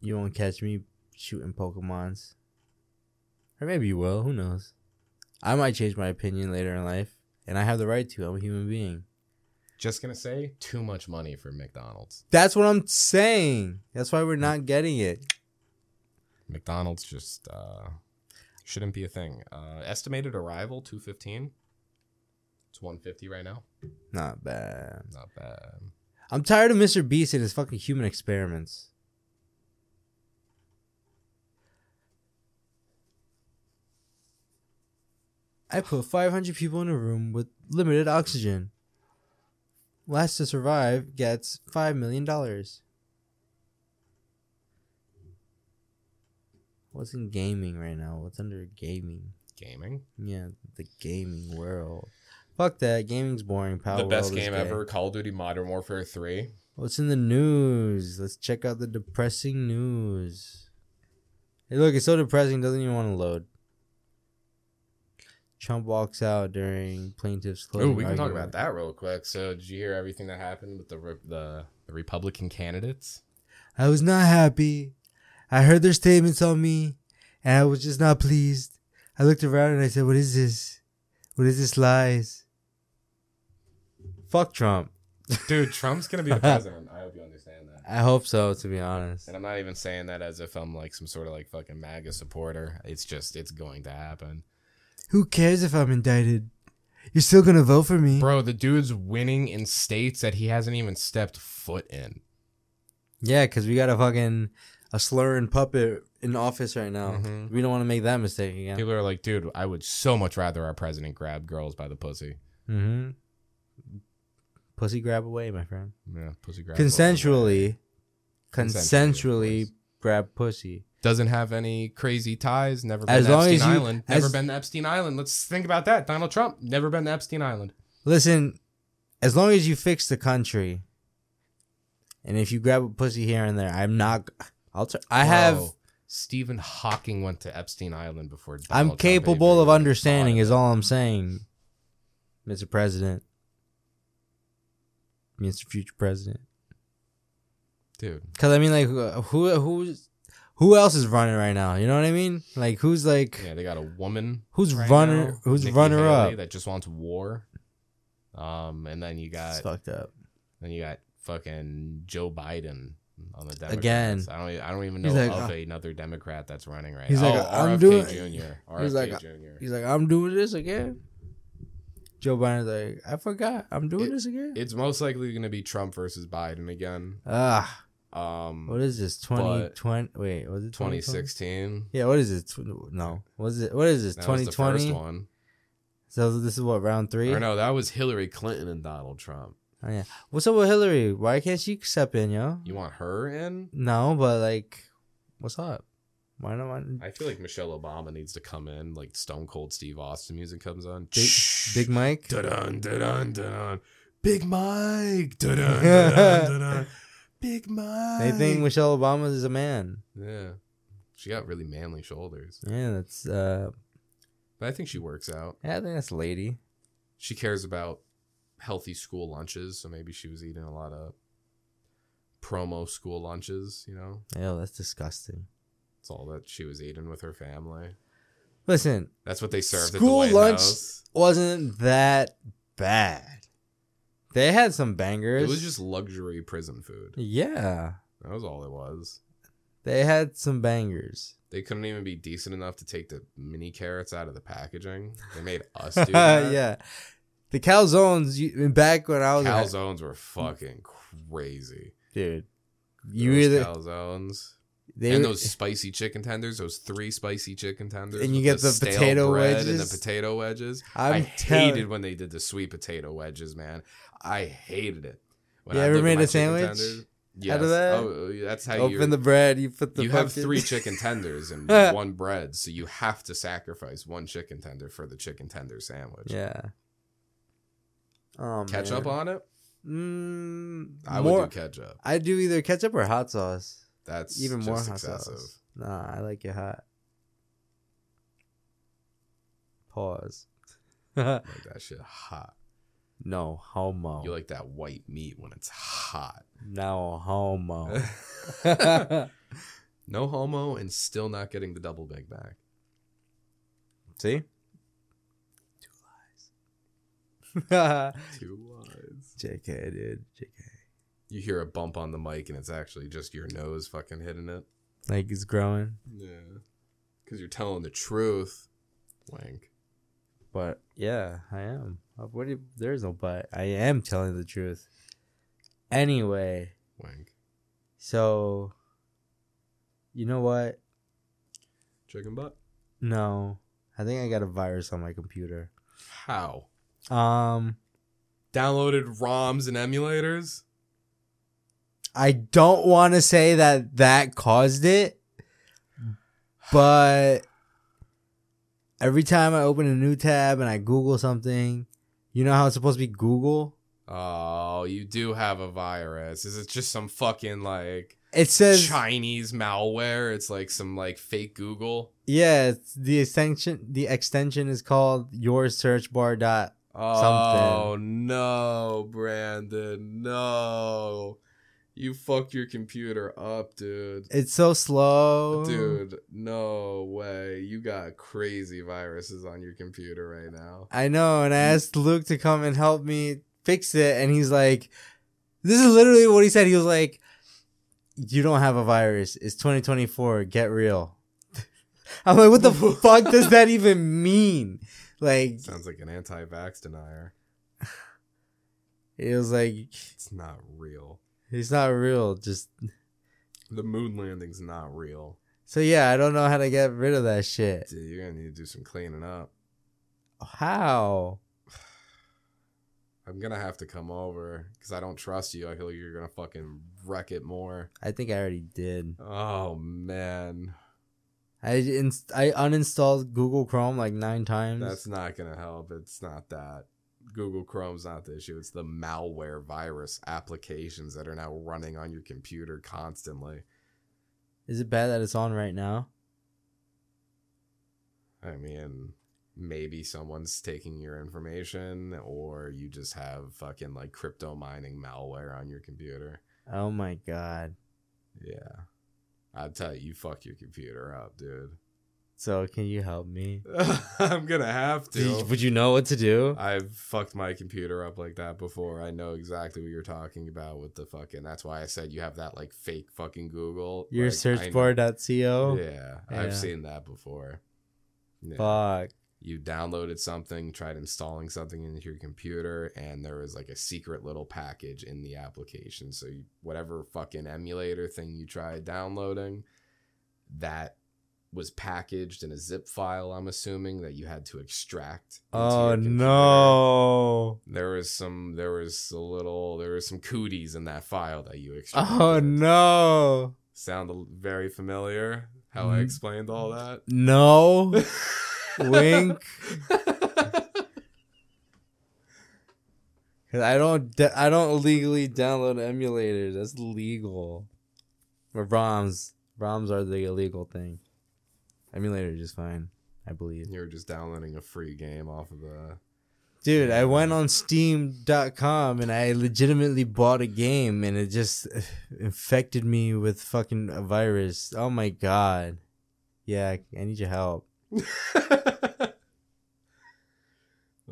Speaker 4: you won't catch me shooting Pokemons. Or maybe you will, who knows? I might change my opinion later in life. And I have the right to. I'm a human being.
Speaker 3: Just gonna say, too much money for McDonald's.
Speaker 4: That's what I'm saying. That's why we're not getting it.
Speaker 3: McDonald's just uh, shouldn't be a thing. Uh, estimated arrival two fifteen. It's one fifty right now.
Speaker 4: Not bad.
Speaker 3: Not bad.
Speaker 4: I'm tired of Mr. Beast and his fucking human experiments. I put 500 people in a room with limited oxygen. Last to survive gets $5 million. What's in gaming right now? What's under gaming?
Speaker 3: Gaming.
Speaker 4: Yeah, the gaming world. Fuck that. Gaming's boring. Power
Speaker 3: the best
Speaker 4: World is
Speaker 3: game
Speaker 4: gay.
Speaker 3: ever, Call of Duty Modern Warfare three.
Speaker 4: What's in the news? Let's check out the depressing news. Hey, look, it's so depressing. Doesn't even want to load. Trump walks out during plaintiff's
Speaker 3: Oh,
Speaker 4: closing.
Speaker 3: we can talk
Speaker 4: argument.
Speaker 3: about that real quick. So, did you hear everything that happened with the re- the, the Republican candidates?
Speaker 4: I was not happy. I heard their statements on me, and I was just not pleased. I looked around and I said, "What is this? What is this lies?" Fuck Trump.
Speaker 3: Dude, Trump's gonna
Speaker 4: [LAUGHS]
Speaker 3: be the president. I hope you understand that.
Speaker 4: I hope so. To be honest,
Speaker 3: And I'm not even saying that as if I'm like some sort of like fucking MAGA supporter. It's just it's going to happen.
Speaker 4: who cares if I'm indicted? You're still gonna vote for me,
Speaker 3: Bro, the dude's winning in states that he hasn't even stepped foot in.
Speaker 4: Yeah, because we got a fucking a slurring puppet in office right now.
Speaker 3: Mhm.
Speaker 4: We don't want to make that mistake again.
Speaker 3: People are like, dude, I would so much rather our president grab girls by the pussy.
Speaker 4: Mm-hmm. pussy grab away, my friend.
Speaker 3: Yeah, pussy grab.
Speaker 4: Consensually,
Speaker 3: Consensually,
Speaker 4: consensually
Speaker 3: of course.
Speaker 4: grab pussy.
Speaker 3: Doesn't have any crazy ties. Never been
Speaker 4: As
Speaker 3: to
Speaker 4: long
Speaker 3: Epstein
Speaker 4: as you-
Speaker 3: Island. Never
Speaker 4: as-
Speaker 3: been to Epstein Island. Let's think about that. Donald Trump never been to Epstein Island.
Speaker 4: Listen, as long as you fix the country, and if you grab a pussy here and there, I'm not. I'll. T- I have.
Speaker 3: Whoa. Stephen Hawking went to Epstein Island before.
Speaker 4: I'm
Speaker 3: Donald Trump even
Speaker 4: capable of
Speaker 3: thought
Speaker 4: understanding.
Speaker 3: it.
Speaker 4: Is all I'm saying, Mr. President, Mr. Future President.
Speaker 3: dude.
Speaker 4: Because I mean, like, uh, who who's who else is running right now? You know what I mean? Like, who's like
Speaker 3: Yeah, they got a woman
Speaker 4: who's
Speaker 3: right
Speaker 4: runner
Speaker 3: now,
Speaker 4: who's
Speaker 3: Nikki
Speaker 4: runner
Speaker 3: Haley,
Speaker 4: up?
Speaker 3: that just wants war. Um, and then you
Speaker 4: It's
Speaker 3: got
Speaker 4: fucked up.
Speaker 3: then you got fucking Joe Biden on the Democrats.
Speaker 4: Again.
Speaker 3: I don't e- I don't even know
Speaker 4: He's like,
Speaker 3: of
Speaker 4: uh,
Speaker 3: another Democrat that's running right.
Speaker 4: he's
Speaker 3: now.
Speaker 4: like,
Speaker 3: oh,
Speaker 4: I'm
Speaker 3: RFK
Speaker 4: doing-
Speaker 3: Jr. RFK
Speaker 4: he's like, uh,
Speaker 3: Jr.
Speaker 4: He's like, I'm doing this again. Joe Biden's like, I forgot, I'm doing
Speaker 3: It-
Speaker 4: this again.
Speaker 3: It's most likely going to be Trump versus Biden again.
Speaker 4: Ah,
Speaker 3: Um,
Speaker 4: what is this? Twenty
Speaker 3: But-
Speaker 4: twenty? Wait, was it 2020?
Speaker 3: 2016.
Speaker 4: Yeah, what is it? Tw- No, what is it? What is this?
Speaker 3: That was
Speaker 4: Twenty
Speaker 3: the first
Speaker 4: twenty.
Speaker 3: one.
Speaker 4: So this is what round three.
Speaker 3: Or no, that was Hillary Clinton and Donald Trump.
Speaker 4: Oh, yeah. What's up with Hillary? Why can't she step in, yo?
Speaker 3: You want her in?
Speaker 4: No, but like, what's up? Why not? Why,
Speaker 3: I feel like Michelle Obama needs to come in, like Stone Cold Steve Austin music comes on.
Speaker 4: Big- Big Mike.
Speaker 3: Dun dun dun Big Mike. Dun
Speaker 4: [LAUGHS]
Speaker 3: dun dun Big Mike.
Speaker 4: They think Michelle Obama is a man.
Speaker 3: Yeah, she got really manly shoulders,
Speaker 4: Yeah, that's uh,
Speaker 3: but I think she works out.
Speaker 4: yeah, I think that's a lady.
Speaker 3: She cares about healthy school lunches, so maybe she was eating a lot of promo school lunches. You know,
Speaker 4: Yo, that's disgusting.
Speaker 3: it's all that she was eating with her family.
Speaker 4: Listen,
Speaker 3: That's what they served at the
Speaker 4: School
Speaker 3: White
Speaker 4: lunch-
Speaker 3: House.
Speaker 4: wasn't that bad. They had some bangers.
Speaker 3: It was just luxury prison food.
Speaker 4: yeah,
Speaker 3: That was all it was.
Speaker 4: they had some bangers.
Speaker 3: They couldn't even be decent enough to take the mini carrots out of the packaging. They made us
Speaker 4: [LAUGHS]
Speaker 3: do that.
Speaker 4: yeah, the calzones. You, back when I was like,
Speaker 3: Calzones were fucking crazy.
Speaker 4: dude, you
Speaker 3: Those
Speaker 4: either
Speaker 3: calzones
Speaker 4: they
Speaker 3: and those spicy chicken tenders, those three spicy chicken tenders,
Speaker 4: And you
Speaker 3: with
Speaker 4: get the
Speaker 3: stale
Speaker 4: potato
Speaker 3: bread and
Speaker 4: wedges.
Speaker 3: the potato wedges.
Speaker 4: I'm
Speaker 3: I
Speaker 4: tell-
Speaker 3: hated when they did the sweet potato wedges, man. I hated it. When
Speaker 4: You
Speaker 3: I
Speaker 4: ever
Speaker 3: look at
Speaker 4: made
Speaker 3: my
Speaker 4: a
Speaker 3: chicken
Speaker 4: sandwich
Speaker 3: Yes.
Speaker 4: out of that?
Speaker 3: Oh, that's how you
Speaker 4: open the bread. You put the
Speaker 3: you have
Speaker 4: fucking- [LAUGHS]
Speaker 3: three chicken tenders and one bread, so you have to sacrifice one chicken tender for the chicken tender sandwich.
Speaker 4: Yeah. Oh,
Speaker 3: Ketchup
Speaker 4: man.
Speaker 3: on it?
Speaker 4: Mm,
Speaker 3: I
Speaker 4: more,
Speaker 3: would do ketchup.
Speaker 4: I do either ketchup or hot sauce.
Speaker 3: That's
Speaker 4: Even more
Speaker 3: just
Speaker 4: hot
Speaker 3: excessive.
Speaker 4: sauce. Nah, I like it hot. Pause. [LAUGHS]
Speaker 3: Like that shit hot.
Speaker 4: no homo.
Speaker 3: You like that white meat when it's hot.
Speaker 4: no
Speaker 3: [LAUGHS]
Speaker 4: homo. [LAUGHS] See?
Speaker 3: no homo and still not getting the double big back.
Speaker 4: Two [LAUGHS] lies.
Speaker 3: Two lies.
Speaker 4: JK, dude. JK.
Speaker 3: You hear a bump on the mic and it's actually just your nose fucking hitting it.
Speaker 4: Like it's growing,
Speaker 3: Yeah. Cause you're telling the truth. Wank.
Speaker 4: but yeah, I am. Uh, What do you, there's no but. I am telling the truth. Anyway,
Speaker 3: Wank.
Speaker 4: so you know what?
Speaker 3: Chicken butt?
Speaker 4: No, I think I got a virus on my computer.
Speaker 3: How?
Speaker 4: Um,
Speaker 3: downloaded ROMs and emulators.
Speaker 4: I don't want to say that that caused it, but every time I open a new tab and I Google something, you know how it's supposed to be Google?
Speaker 3: Oh, you do have a virus. Is it just some fucking like
Speaker 4: It says,
Speaker 3: Chinese malware? It's like some like fake Google.
Speaker 4: yeah, it's the extension. The extension is called your search bar dot.
Speaker 3: Oh no, Brandon. No. You fucked your computer up, dude.
Speaker 4: It's so slow,
Speaker 3: Dude, no way. You got crazy viruses on your computer right now.
Speaker 4: I know, and I asked Luke to come and help me fix it, and he's like, "This is literally what he said." He was like, "You don't have a virus. It's 2024. Get real." [LAUGHS] I'm like, "What the fuck does that even mean?" Like,
Speaker 3: Sounds like an anti-vax denier.
Speaker 4: it was like,
Speaker 3: It's not real.
Speaker 4: "It's not real." Just
Speaker 3: The moon landing's not real.
Speaker 4: so yeah, I don't know how to get rid of that shit.
Speaker 3: Dude, you're gonna need to do some cleaning up.
Speaker 4: How?
Speaker 3: I'm gonna have to come over because I don't trust you. I feel like you're gonna fucking wreck it more.
Speaker 4: I think I already did.
Speaker 3: Oh man,
Speaker 4: I inst- I uninstalled Google Chrome like nine times.
Speaker 3: that's not gonna help. It's not that. Google Chrome's not the issue. It's the malware virus applications that are now running on your computer constantly.
Speaker 4: Is it bad that it's on right now?
Speaker 3: I mean, maybe someone's taking your information or you just have fucking like crypto mining malware on your computer.
Speaker 4: Oh my god.
Speaker 3: Yeah. I'd tell you, you fuck your computer up, dude.
Speaker 4: So can you help me?
Speaker 3: [LAUGHS] I'm gonna have
Speaker 4: Do you-
Speaker 3: to.
Speaker 4: would you know what to do?
Speaker 3: I've fucked my computer up like that before. I know exactly what you're talking about with the fucking. That's why I said you have that like fake fucking Google.
Speaker 4: Your
Speaker 3: Like, I
Speaker 4: search
Speaker 3: know-
Speaker 4: bar dot co.
Speaker 3: Yeah,
Speaker 4: Yeah.
Speaker 3: I've seen that before. Yeah.
Speaker 4: Fuck.
Speaker 3: you downloaded something, tried installing something into your computer, and there was like a secret little package in the application. So you, whatever fucking emulator thing you tried downloading, that was packaged in a zip file. I'm assuming that you had to extract. into
Speaker 4: Oh
Speaker 3: your computer.
Speaker 4: no.
Speaker 3: There was some. There was a little. There was some cooties in that file that you extracted.
Speaker 4: Oh no.
Speaker 3: Sound a- very familiar? How I
Speaker 4: Mhm.
Speaker 3: explained all that.
Speaker 4: [LAUGHS] No. Wink. [LAUGHS] 'Cause I don't de- I don't illegally download emulators. That's legal. Or ROMs. ROMs are the illegal thing. Emulator is just fine, I believe.
Speaker 3: you were just downloading a free game off of the.
Speaker 4: Dude, I went on steam.com and I legitimately bought a game and it just [SIGHS] infected me with fucking a virus. Oh my god. Yeah, I need your help.
Speaker 3: [LAUGHS]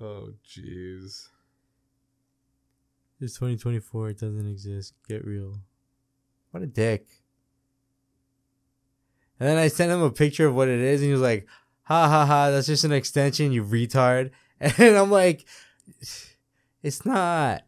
Speaker 3: oh jeez.
Speaker 4: It's 2024. It doesn't exist. Get real. What a dick. And then I sent him a picture of what it is, and he was like, ha ha ha, that's just an extension, you retard. [LAUGHS] And I'm like, it's not.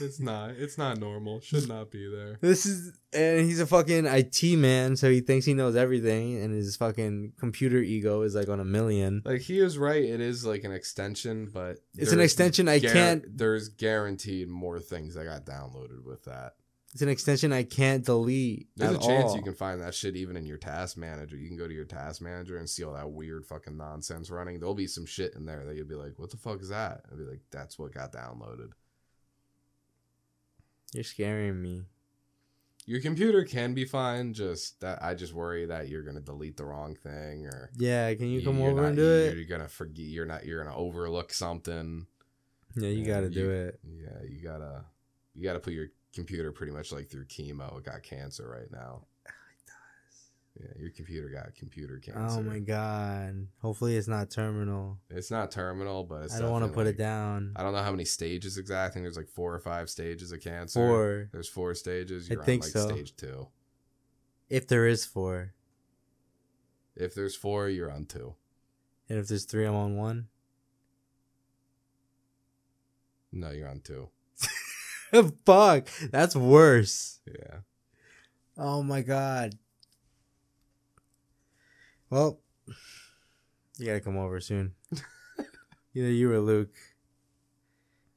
Speaker 3: It's not. It's not normal. Should not be there.
Speaker 4: This is, and he's a fucking IT man, so he thinks he knows everything, and his fucking computer ego is like on a million.
Speaker 3: Like he is right. It is like an extension, but
Speaker 4: It's an
Speaker 3: there's
Speaker 4: extension I
Speaker 3: guar-
Speaker 4: can't-
Speaker 3: There's guaranteed more things that got downloaded with that.
Speaker 4: It's an extension I can't delete.
Speaker 3: There's
Speaker 4: at
Speaker 3: a chance
Speaker 4: all.
Speaker 3: you can find that shit even in your task manager. You can go to your task manager and see all that weird fucking nonsense running. There'll be some shit in there that you'll be like, "What the fuck is that?" I'll be like, "That's what got downloaded."
Speaker 4: You're scaring me.
Speaker 3: Your computer can be fine. Just that I just worry that you're gonna delete the wrong thing or
Speaker 4: Yeah, can you come
Speaker 3: you're
Speaker 4: over
Speaker 3: not-
Speaker 4: and do
Speaker 3: you're,
Speaker 4: it?
Speaker 3: You're gonna forget. You're not. You're gonna overlook something.
Speaker 4: Yeah, you
Speaker 3: Yeah,
Speaker 4: gotta do
Speaker 3: you-
Speaker 4: it.
Speaker 3: Yeah, you gotta. You gotta put your computer pretty much like through chemo. It got cancer right
Speaker 4: [SIGHS]
Speaker 3: now. Yeah, your computer got computer cancer.
Speaker 4: Oh my god. Hopefully it's not terminal.
Speaker 3: It's not terminal, but it's
Speaker 4: I don't want to
Speaker 3: definitely,
Speaker 4: put
Speaker 3: like-
Speaker 4: it down.
Speaker 3: I don't know how many stages exactly. I think there's like four or five stages of cancer.
Speaker 4: Four,
Speaker 3: There's four stages.
Speaker 4: I
Speaker 3: You're
Speaker 4: think
Speaker 3: on like
Speaker 4: so.
Speaker 3: stage two.
Speaker 4: if there is four,
Speaker 3: If there's four, you're on two.
Speaker 4: and if there's three, I'm on one. [LAUGHS]
Speaker 3: No, you're on two.
Speaker 4: Fuck, that's worse.
Speaker 3: Yeah.
Speaker 4: Oh my god. Well, you gotta come over
Speaker 3: [LAUGHS]
Speaker 4: soon. Either you or Luke.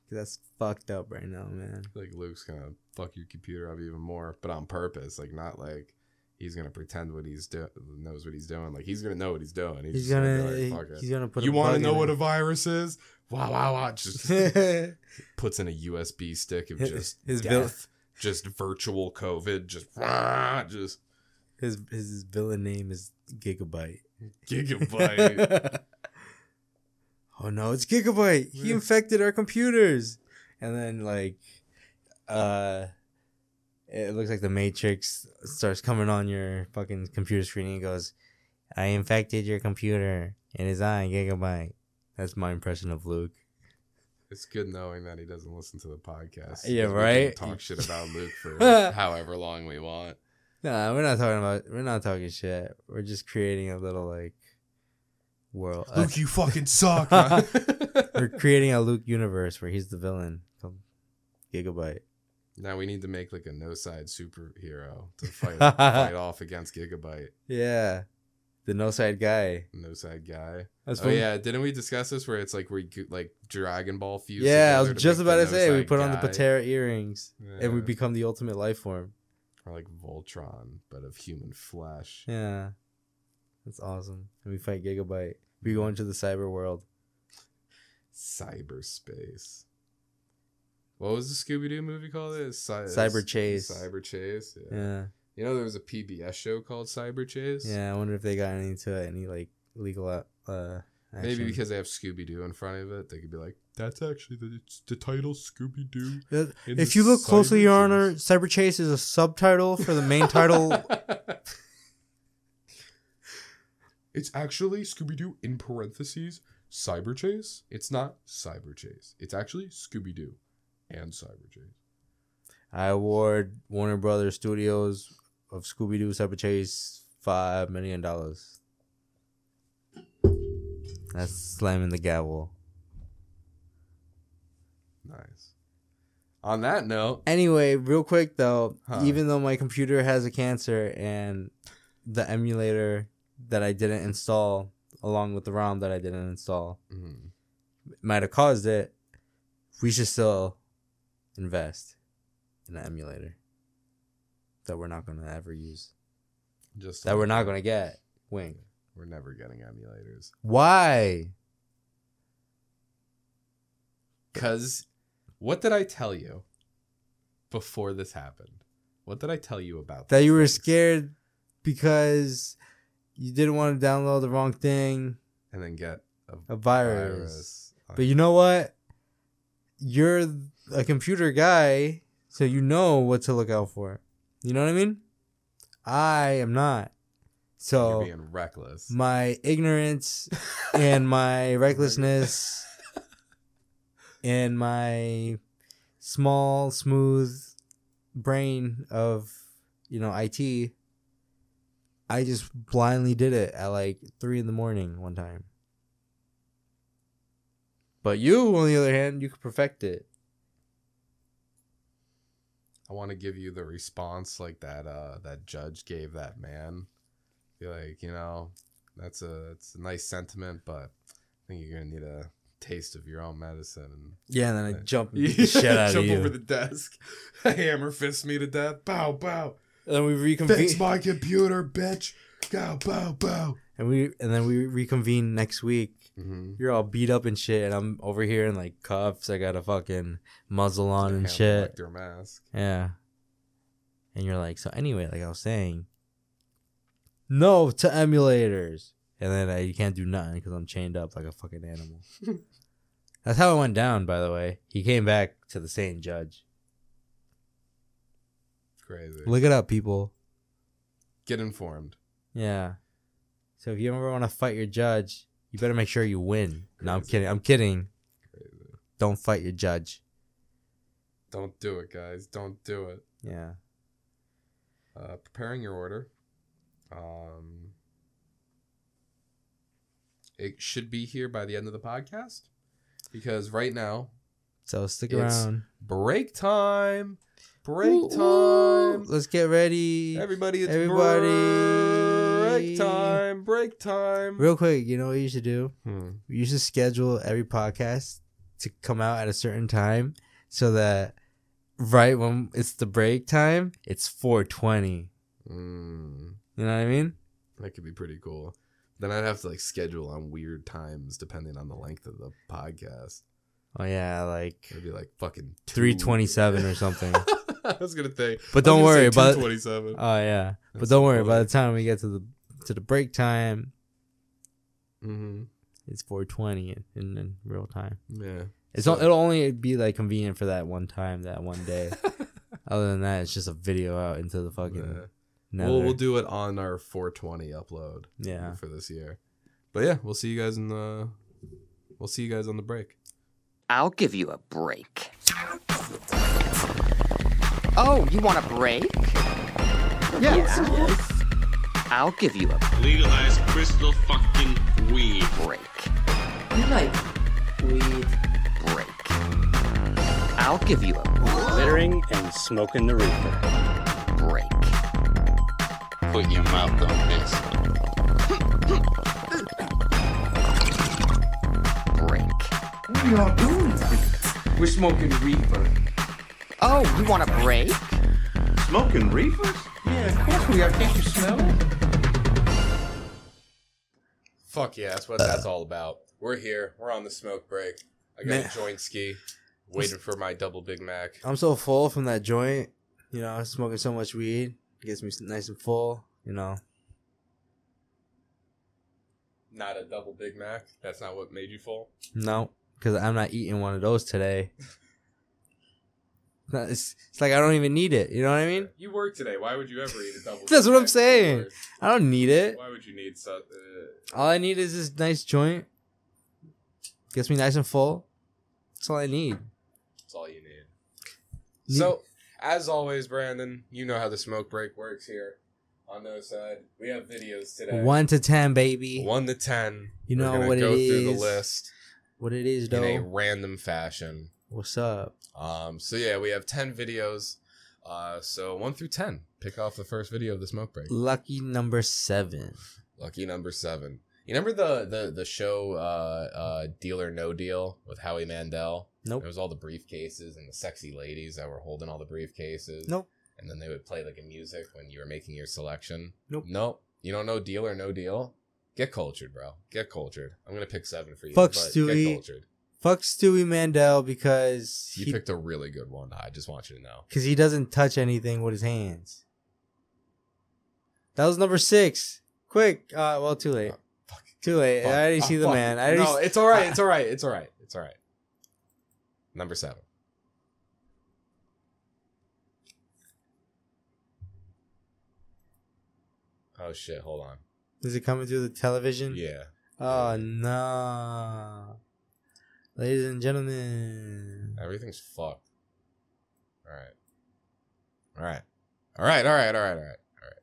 Speaker 4: 'Cause That's fucked up right now, man.
Speaker 3: Like Luke's gonna fuck your computer up even more, but on purpose. Like not like he's gonna pretend what he's do knows what he's doing. Like he's gonna know what he's doing. He's,
Speaker 4: He's
Speaker 3: just gonna,
Speaker 4: gonna,
Speaker 3: be like, fuck
Speaker 4: he's
Speaker 3: it.
Speaker 4: gonna put.
Speaker 3: You
Speaker 4: want to
Speaker 3: know what
Speaker 4: [LAUGHS]
Speaker 3: a virus is? Wow, wow, wow! Just [LAUGHS]
Speaker 4: his,
Speaker 3: puts in a USB stick
Speaker 4: [LAUGHS]
Speaker 3: of just
Speaker 4: his, vil-
Speaker 3: death, just virtual COVID, just rah, just
Speaker 4: his his villain name is Gigabyte.
Speaker 3: gigabyte.
Speaker 4: [LAUGHS] oh no, it's Gigabyte. He
Speaker 3: Yeah.
Speaker 4: infected our computers. And then like uh it looks like the Matrix starts coming on your fucking computer screen and it goes, I infected your computer. It is I, Gigabyte. That's my impression of Luke.
Speaker 3: It's good knowing that he doesn't listen to the podcast. 'cause
Speaker 4: Yeah,
Speaker 3: we can
Speaker 4: right?
Speaker 3: Talk shit about Luke
Speaker 4: [LAUGHS]
Speaker 3: for however long we want.
Speaker 4: Nah, we're not talking about we're not talking shit. We're just creating a little like world. uh,
Speaker 3: you fucking suck.
Speaker 4: man.
Speaker 3: [LAUGHS]
Speaker 4: we're creating a Luke universe where he's the villain. Come- Gigabyte.
Speaker 3: now we need to make
Speaker 4: [LAUGHS]
Speaker 3: like a no side superhero to fight, fight off against Gigabyte.
Speaker 4: Yeah. the no side guy.
Speaker 3: No side guy.
Speaker 4: That's
Speaker 3: Oh yeah, didn't we discuss this where it's like where you could, like Dragon Ball fuse?
Speaker 4: Yeah, I
Speaker 3: together
Speaker 4: was
Speaker 3: to
Speaker 4: just
Speaker 3: make
Speaker 4: about
Speaker 3: the
Speaker 4: to say we
Speaker 3: no-side
Speaker 4: put on the
Speaker 3: guy?
Speaker 4: Patera earrings and we
Speaker 3: Yeah.
Speaker 4: become the ultimate life form.
Speaker 3: or like Voltron, but of human flesh.
Speaker 4: Yeah, that's awesome. And we fight Gigabyte. We go into the cyber world.
Speaker 3: Cyberspace. What was the Scooby Doo movie called? It Cy-
Speaker 4: Cyber Chase.
Speaker 3: Cyber Chase. Yeah.
Speaker 4: Yeah,
Speaker 3: You know there was a PBS show called Cyber Chase.
Speaker 4: yeah. I wonder if they got into any like legal uh action.
Speaker 3: Maybe because they have Scooby Doo in front of it, they could be like, "That's actually the it's the title Scooby Doo."
Speaker 4: That- if you look closely, Your Honor, Cyber Chase is a subtitle for the
Speaker 3: [LAUGHS]
Speaker 4: main title.
Speaker 3: it's actually Scooby Doo in parentheses Cyber Chase. It's not Cyber Chase. It's actually Scooby Doo and Cyber Chase.
Speaker 4: I award Warner Brothers Studios of Scooby Doo Cyber Chase five million dollars. That's slamming the gavel.
Speaker 3: Nice. On that note,
Speaker 4: Anyway, real quick though,
Speaker 3: Huh.
Speaker 4: even though my computer has a cancer and the emulator that I didn't install, along with the ROM that I didn't install,
Speaker 3: Mhm.
Speaker 4: might have caused it, we should still invest in an emulator that we're not gonna ever use.
Speaker 3: just
Speaker 4: That we're not gonna get. Wing.
Speaker 3: we're never getting emulators
Speaker 4: Why?
Speaker 3: because what did I tell you before this happened? What did I tell you about
Speaker 4: That
Speaker 3: these
Speaker 4: you were
Speaker 3: things?
Speaker 4: scared because you didn't want to download the wrong thing,
Speaker 3: and then get a
Speaker 4: a virus.
Speaker 3: virus.
Speaker 4: But you know what? You're a computer guy, so you know what to look out for. You know what I mean? I am not.
Speaker 3: you're
Speaker 4: So
Speaker 3: being reckless.
Speaker 4: my ignorance and [LAUGHS] my recklessness and my small smooth brain of you know IT I just blindly did it at like three in the morning one time. But you, on the other hand, you could perfect it.
Speaker 3: I want to give you the response like that uh that judge gave that man. Be like, you know, that's a it's a nice sentiment, but I think you're gonna need a taste of your own
Speaker 4: [LAUGHS]
Speaker 3: medicine.
Speaker 4: Yeah, and then I
Speaker 3: Right.
Speaker 4: jump and
Speaker 3: And
Speaker 4: beat
Speaker 3: [LAUGHS]
Speaker 4: the shit out
Speaker 3: jump
Speaker 4: of you.
Speaker 3: over the desk, [LAUGHS] hammer fist me to death. Bow
Speaker 4: [LAUGHS]
Speaker 3: bow.
Speaker 4: and then we
Speaker 3: Fix
Speaker 4: reconvene.
Speaker 3: my computer, bitch. Go bow bow.
Speaker 4: and we and then we reconvene next week
Speaker 3: Mm-hmm.
Speaker 4: you're all beat up and shit, and I'm over here in like cuffs. I got a fucking muzzle on and shit.
Speaker 3: Their mask.
Speaker 4: Yeah. And you're like, so anyway, like I was saying, no to emulators. And then I, you can't do nothing because I'm chained up like a fucking animal. [LAUGHS] That's how it went down, by the way. He came back to the same judge.
Speaker 3: Crazy.
Speaker 4: Look it up, people.
Speaker 3: Get informed.
Speaker 4: Yeah. So if you ever want to fight your judge, you better make sure you win. No, I'm
Speaker 3: Crazy.
Speaker 4: kidding. I'm kidding.
Speaker 3: Crazy.
Speaker 4: Don't fight your judge.
Speaker 3: Don't do it, guys. Don't do it.
Speaker 4: Yeah.
Speaker 3: uh, preparing your order. Um, it should be here by the end of the podcast because right now,
Speaker 4: So stick
Speaker 3: It's-
Speaker 4: around.
Speaker 3: break time, break
Speaker 4: Ooh,
Speaker 3: time.
Speaker 4: Let's get ready.
Speaker 3: Everybody, it's
Speaker 4: Everybody.
Speaker 3: break time, break time.
Speaker 4: Real quick, you know what you should do?
Speaker 3: Hmm.
Speaker 4: You should schedule every podcast to come out at a certain time so that right when it's the break time, it's 420.
Speaker 3: Mm,
Speaker 4: You know what I mean?
Speaker 3: that could be pretty cool. Then I'd have to like schedule on weird times depending on the length of the podcast.
Speaker 4: Oh yeah, like
Speaker 3: It'd be like fucking two-
Speaker 4: 327 or something.
Speaker 3: [LAUGHS] I was gonna think,
Speaker 4: But don't worry about
Speaker 3: twenty seven.
Speaker 4: Oh yeah. But
Speaker 3: That's
Speaker 4: don't worry, by
Speaker 3: funny.
Speaker 4: the time we get to the to the break time,
Speaker 3: Mm-hmm.
Speaker 4: it's 420 in, in, in real time.
Speaker 3: Yeah.
Speaker 4: It's
Speaker 3: So-
Speaker 4: on- it'll only be like convenient for that one time, that one
Speaker 3: [LAUGHS]
Speaker 4: day. Other than that, it's just a video out into the fucking
Speaker 3: Yeah.
Speaker 4: nether.
Speaker 3: We'll, we'll do it on our 420 upload
Speaker 4: yeah.
Speaker 3: for this year. But yeah, we'll see you guys in the we'll see you guys on the break.
Speaker 2: I'll give you a break. Oh, you want a break? Yes. I'll give you a
Speaker 6: legalize crystal fucking weed.
Speaker 2: break.
Speaker 7: You like weed.
Speaker 2: Break. I'll give you a
Speaker 8: Littering and smoking the reefer.
Speaker 2: break.
Speaker 6: Put your mouth on this.
Speaker 2: Break.
Speaker 7: We are doing that.
Speaker 9: We're smoking reefer.
Speaker 2: Oh, you want a break?
Speaker 10: Smoking reefers?
Speaker 9: Yeah, of course we are. Can't you smell it?
Speaker 3: Fuck yeah, that's what
Speaker 4: Uh.
Speaker 3: that's all about. We're here. We're on the smoke break. I got
Speaker 4: Man.
Speaker 3: a joint ski. Waiting for my double Big Mac.
Speaker 4: I'm so full from that joint. You know, smoking so much weed gets me s- nice and full. You know,
Speaker 3: Not a double Big Mac. That's not what made you full.
Speaker 4: no, because I'm not eating one of those
Speaker 3: [LAUGHS]
Speaker 4: today. No, It's, it's like I don't even need it. You know what I mean?
Speaker 3: You work today. Why would you ever eat a double?
Speaker 4: [LAUGHS] That's
Speaker 3: Big
Speaker 4: what I'm
Speaker 3: Mac?
Speaker 4: saying. I don't need it.
Speaker 3: Why would you need so? Uh,
Speaker 4: All I need is this nice joint. Gets me nice and full. That's all I need.
Speaker 3: that's all you need. So, as always, Brandon, you know how the smoke break works here. On the other side, we have videos today.
Speaker 4: One to ten, baby.
Speaker 3: one to ten.
Speaker 4: You
Speaker 3: We're
Speaker 4: know
Speaker 3: gonna
Speaker 4: what it
Speaker 3: go through the
Speaker 4: is.
Speaker 3: list
Speaker 4: What it is,
Speaker 3: in a
Speaker 4: though.
Speaker 3: random fashion.
Speaker 4: What's up?
Speaker 3: Um, so yeah, we have ten videos. Uh, so one through ten. Pick off the first video of the smoke break.
Speaker 4: Lucky number seven.
Speaker 3: Lucky number seven. You remember the the the show uh, uh, Deal or No Deal with Howie Mandel?
Speaker 4: Nope.
Speaker 3: It was all the briefcases and the sexy ladies that were holding all the briefcases.
Speaker 4: Nope.
Speaker 3: And then they would play like a music when you were making your selection.
Speaker 4: Nope.
Speaker 3: Nope. You don't know Deal or No Deal? Get cultured, bro. Get cultured. I'm gonna pick seven for you.
Speaker 4: Fuck
Speaker 3: but Get
Speaker 4: Stewie.
Speaker 3: cultured.
Speaker 4: Fuck Stewie Mandel because
Speaker 3: You
Speaker 4: he
Speaker 3: picked a really good one. I just want you to know.
Speaker 4: because he doesn't touch anything with his hands. That was number six. Quick. Uh, well, too late. Too late.
Speaker 3: Fuck.
Speaker 4: I already
Speaker 3: Oh,
Speaker 4: see the
Speaker 3: fuck.
Speaker 4: man. I already
Speaker 3: no, it's all right.
Speaker 4: [LAUGHS]
Speaker 3: It's all right. It's all right. It's all right. Number seven. Oh shit! Hold on.
Speaker 4: Is it coming through the television?
Speaker 3: Yeah.
Speaker 4: Oh no. Ladies and gentlemen. [SIGHS]
Speaker 3: Everything's fucked. All right. All right. All right. All right. All right. All right. All right.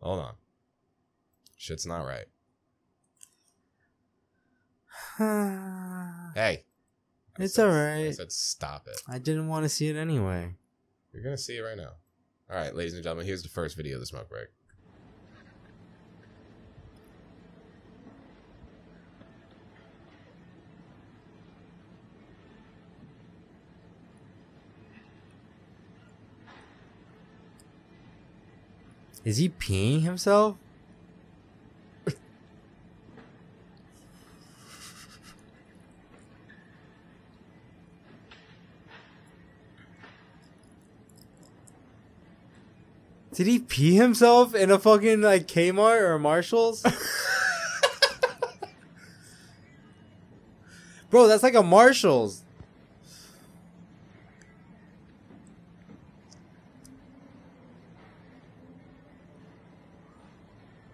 Speaker 3: Hold on. Shit's not right. Hey. I
Speaker 4: It's
Speaker 3: said-
Speaker 4: all right.
Speaker 3: I said stop it.
Speaker 4: I didn't want to see it anyway.
Speaker 3: You're gonna see it right now. All right, ladies and gentlemen, here's the first video of the smoke break.
Speaker 4: Is he peeing himself? Did he pee himself in a fucking like Kmart or Marshalls? Bro, that's like a Marshalls.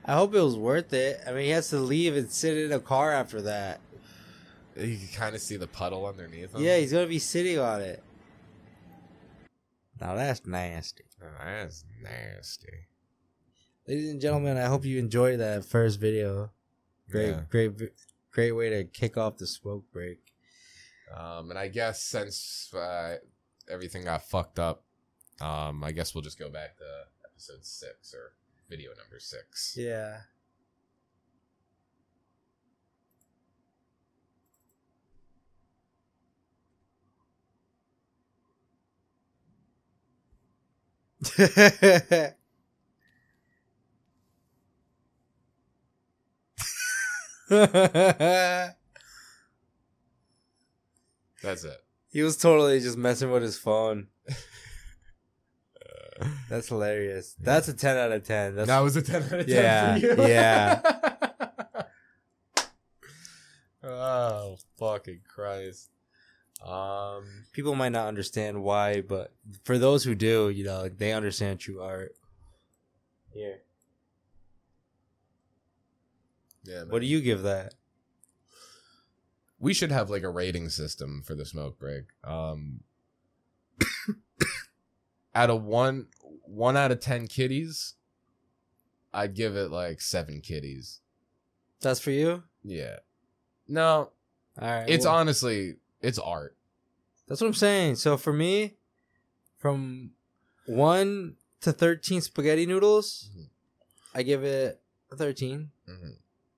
Speaker 4: I hope it was worth it. I mean, he has to leave and sit in a car after that.
Speaker 3: You can kind of see the puddle underneath him.
Speaker 4: Yeah, he's gonna be sitting on it. Now that's nasty.
Speaker 3: Oh, that's nasty.
Speaker 4: Ladies and gentlemen, I hope you enjoyed that first video. Great,
Speaker 3: Yeah.
Speaker 4: great, vi- great way to kick off the smoke break.
Speaker 3: Um, and I guess since uh, everything got fucked up, um, I guess we'll just go back to episode six or video number six.
Speaker 4: [LAUGHS] Yeah.
Speaker 3: [LAUGHS] That's it.
Speaker 4: he was totally just messing with
Speaker 3: [LAUGHS]
Speaker 4: his phone. That's hilarious. That's a 10 out of 10. That's
Speaker 3: that was a ten out of ten
Speaker 4: Yeah,
Speaker 3: for you.
Speaker 4: yeah.
Speaker 3: [LAUGHS] oh fucking Christ. Um.
Speaker 4: people might not understand why, but for those who do, you know, they understand true art. Yeah.
Speaker 3: Yeah.
Speaker 4: What do you give that?
Speaker 3: we should have like a rating system for the smoke break. Um, [COUGHS] out of one one out of ten kitties, I'd give it like seven kitties.
Speaker 4: That's for you?
Speaker 3: Yeah, no,
Speaker 4: All right.
Speaker 3: it's
Speaker 4: well,
Speaker 3: honestly it's art.
Speaker 4: That's what I'm saying. So for me,
Speaker 3: Mm-hmm.
Speaker 4: from 1 to 13 spaghetti noodles, I give it a 13.
Speaker 3: Mhm.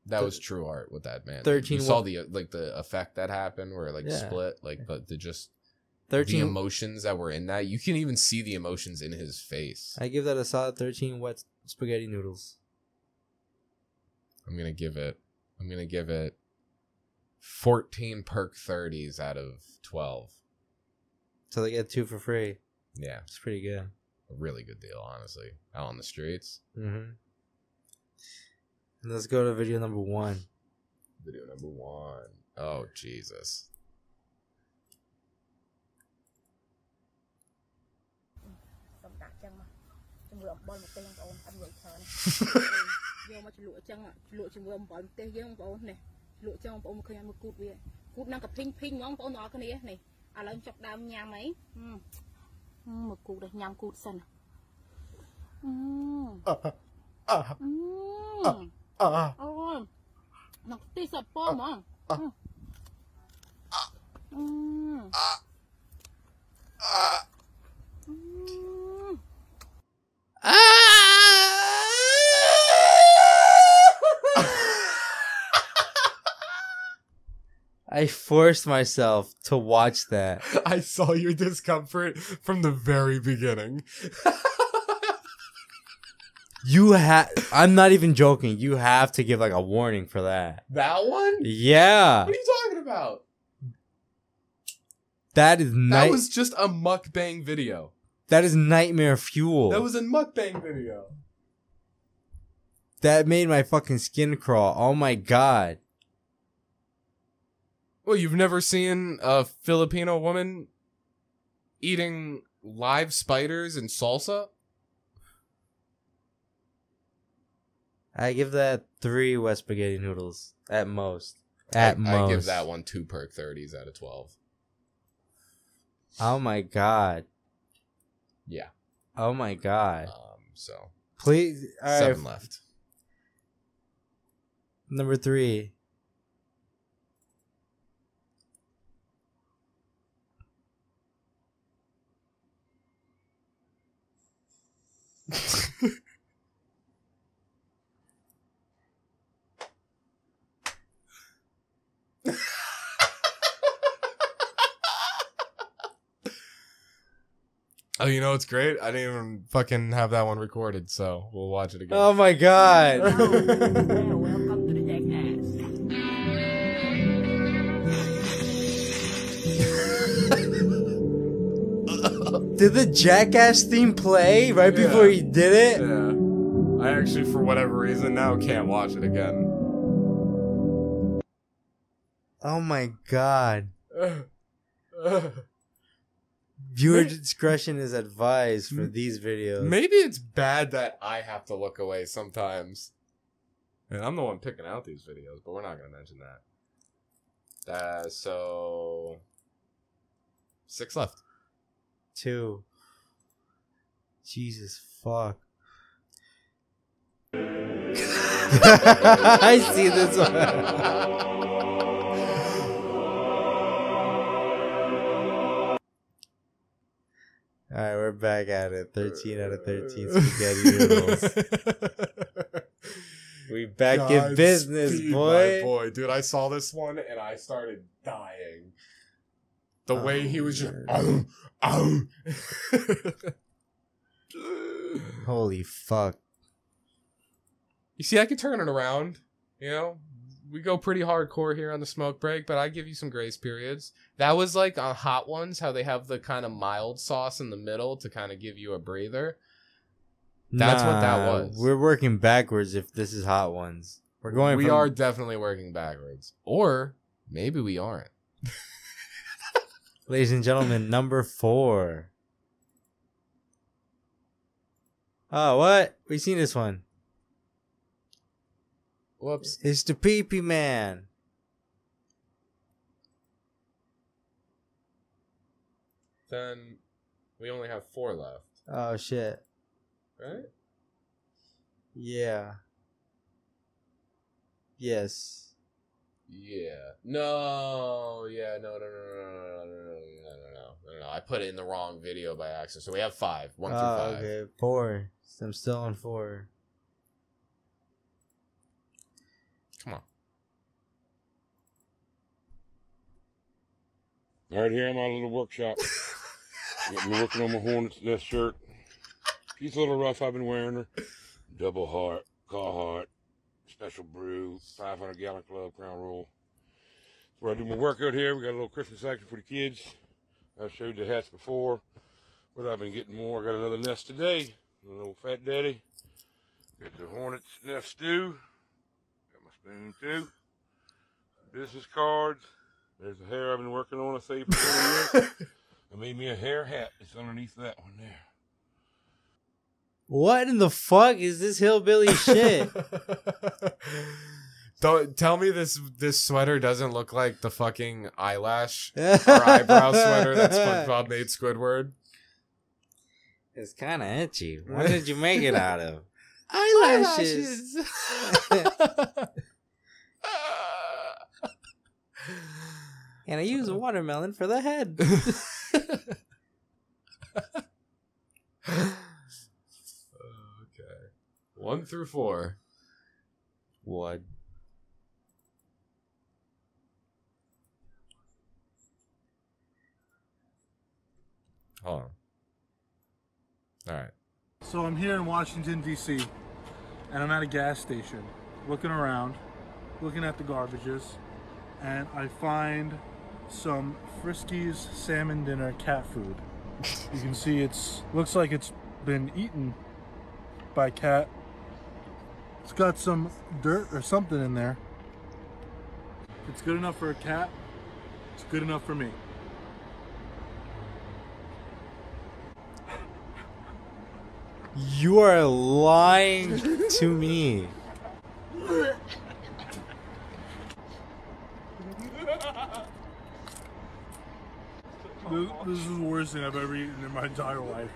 Speaker 3: That was true art with that man.
Speaker 4: 13
Speaker 3: You saw
Speaker 4: Mm-hmm. wa-
Speaker 3: the uh, like the effect that happened where it, like
Speaker 4: Yeah.
Speaker 3: split, like but the just the
Speaker 4: 13.
Speaker 3: emotions that were in that. You can even see the emotions in his face. I,
Speaker 4: I give that a solid 13 wet spaghetti noodles.
Speaker 3: am gonna give it. I'm gonna give it. Fourteen perk thirties out of twelve.
Speaker 4: So they get two for free.
Speaker 3: Yeah,
Speaker 4: It's pretty good.
Speaker 3: a really good deal, honestly. Out on the streets.
Speaker 4: Mm-hmm. And let's go to video number one.
Speaker 3: Video number one. Oh Jesus.
Speaker 4: I forced myself to watch that.
Speaker 3: [LAUGHS] I saw your discomfort from the very beginning.
Speaker 4: You have. I'm not even joking. You have to give like a warning for that.
Speaker 3: That one?
Speaker 4: Yeah,
Speaker 3: What are you talking about?
Speaker 4: that is night.
Speaker 3: That was just a mukbang video.
Speaker 4: that is nightmare fuel.
Speaker 3: That
Speaker 4: That
Speaker 3: was a mukbang video.
Speaker 4: made my fucking skin crawl. Oh my god.
Speaker 3: Well, you've never seen a Filipino woman eating live spiders and salsa?
Speaker 4: I give that three wet spaghetti noodles at most. At
Speaker 3: I,
Speaker 4: most.
Speaker 3: I give that one two perk 30s out of 12.
Speaker 4: Oh my god.
Speaker 3: Yeah.
Speaker 4: Oh my god.
Speaker 3: Um, so,
Speaker 4: Please. All right.
Speaker 3: seven left.
Speaker 4: Number three.
Speaker 3: Oh, you know what's great? I didn't even fucking have that one recorded, so we'll watch it again.
Speaker 4: Oh
Speaker 3: [LAUGHS]
Speaker 4: my god. Did the jackass theme play right
Speaker 3: Yeah.
Speaker 4: before he did it?
Speaker 3: Yeah. I actually, for whatever reason, now can't watch it
Speaker 4: [LAUGHS]
Speaker 3: again.
Speaker 4: Oh my god. Viewer discretion is advised for these videos.
Speaker 3: Maybe it's bad that I have to look away sometimes. And I'm the one picking out these videos, but we're not going to mention that. Uh, so. Six left.
Speaker 4: Two. Jesus fuck. [LAUGHS] [LAUGHS] I see this one.
Speaker 3: [LAUGHS]
Speaker 4: Alright, we're back at it. 13 out
Speaker 3: [LAUGHS]
Speaker 4: of 13
Speaker 3: Uh,
Speaker 4: spaghetti noodles. We back in
Speaker 3: Godspeed,
Speaker 4: business,
Speaker 3: my
Speaker 4: boy.
Speaker 3: boy, dude, I saw this one and I started dying. The way he was just. Oh, oh.
Speaker 4: Holy fuck.
Speaker 3: [LAUGHS] you see, I could turn it around. You know, we go pretty hardcore here on the smoke break, but I give you some grace periods. That was like on hot ones, how they have the kind of mild sauce in the middle to kind of give you a breather. That's what that was.
Speaker 4: We're working backwards if this is hot ones. We're going
Speaker 3: we
Speaker 4: from-
Speaker 3: are definitely working backwards, or maybe we aren't.
Speaker 4: Ladies and gentlemen, number four. Oh, what? We seen this one.
Speaker 3: Whoops.
Speaker 4: It's the Pee Pee Man.
Speaker 3: Then we only have four left,
Speaker 4: Oh shit.
Speaker 3: right?
Speaker 4: Yeah. Yes.
Speaker 3: Yeah. No. Yeah. No. No. No. No. No. No. No. No. No. No. No. No. I put it in the wrong video
Speaker 4: Ah,
Speaker 3: by accident. So we have five. One through
Speaker 4: oh,
Speaker 3: five.
Speaker 4: okay. Four. I'm still on four.
Speaker 11: Right here in my little workshop. I've been working on my Hornets Nest shirt. She's a little rough. I've been wearing her. Double heart, Carhartt, special brew, 500 gallon club, crown roll. That's where I do my workout here. We got a little Christmas action for the kids. I showed the hats before, but I've been getting more. I got another nest today. A little fat daddy. Got the Hornets Nest stew. Got my spoon too. Business cards. There's the hair I've been working on. I saved for 20
Speaker 12: [LAUGHS]
Speaker 11: years. I made me a hair hat. It's underneath that one there.
Speaker 4: What in the fuck is this
Speaker 3: [LAUGHS]
Speaker 4: hillbilly shit?
Speaker 3: Don't tell me this this sweater doesn't look like the fucking eyelash
Speaker 4: [LAUGHS]
Speaker 3: or eyebrow sweater that SpongeBob made Squidward.
Speaker 4: It's kind of itchy. What did you make it out [LAUGHS] of?
Speaker 3: [LAUGHS]
Speaker 2: Eyelashes.
Speaker 3: Ah.
Speaker 4: and I use watermelon for the head.
Speaker 3: okay. One through four.
Speaker 4: One.
Speaker 3: Hold on. All right.
Speaker 12: So I'm here in Washington, D.C., and I'm at a gas station looking around, looking at the garbages, and I find some Frisky's salmon dinner cat food. You can see it's looks like it's been eaten by cat. It's got some dirt or something in there. It's good enough for a cat. It's good enough for me.
Speaker 4: [LAUGHS] You are lying [LAUGHS] to me.
Speaker 12: This, this is the worst thing I've ever eaten in my entire life.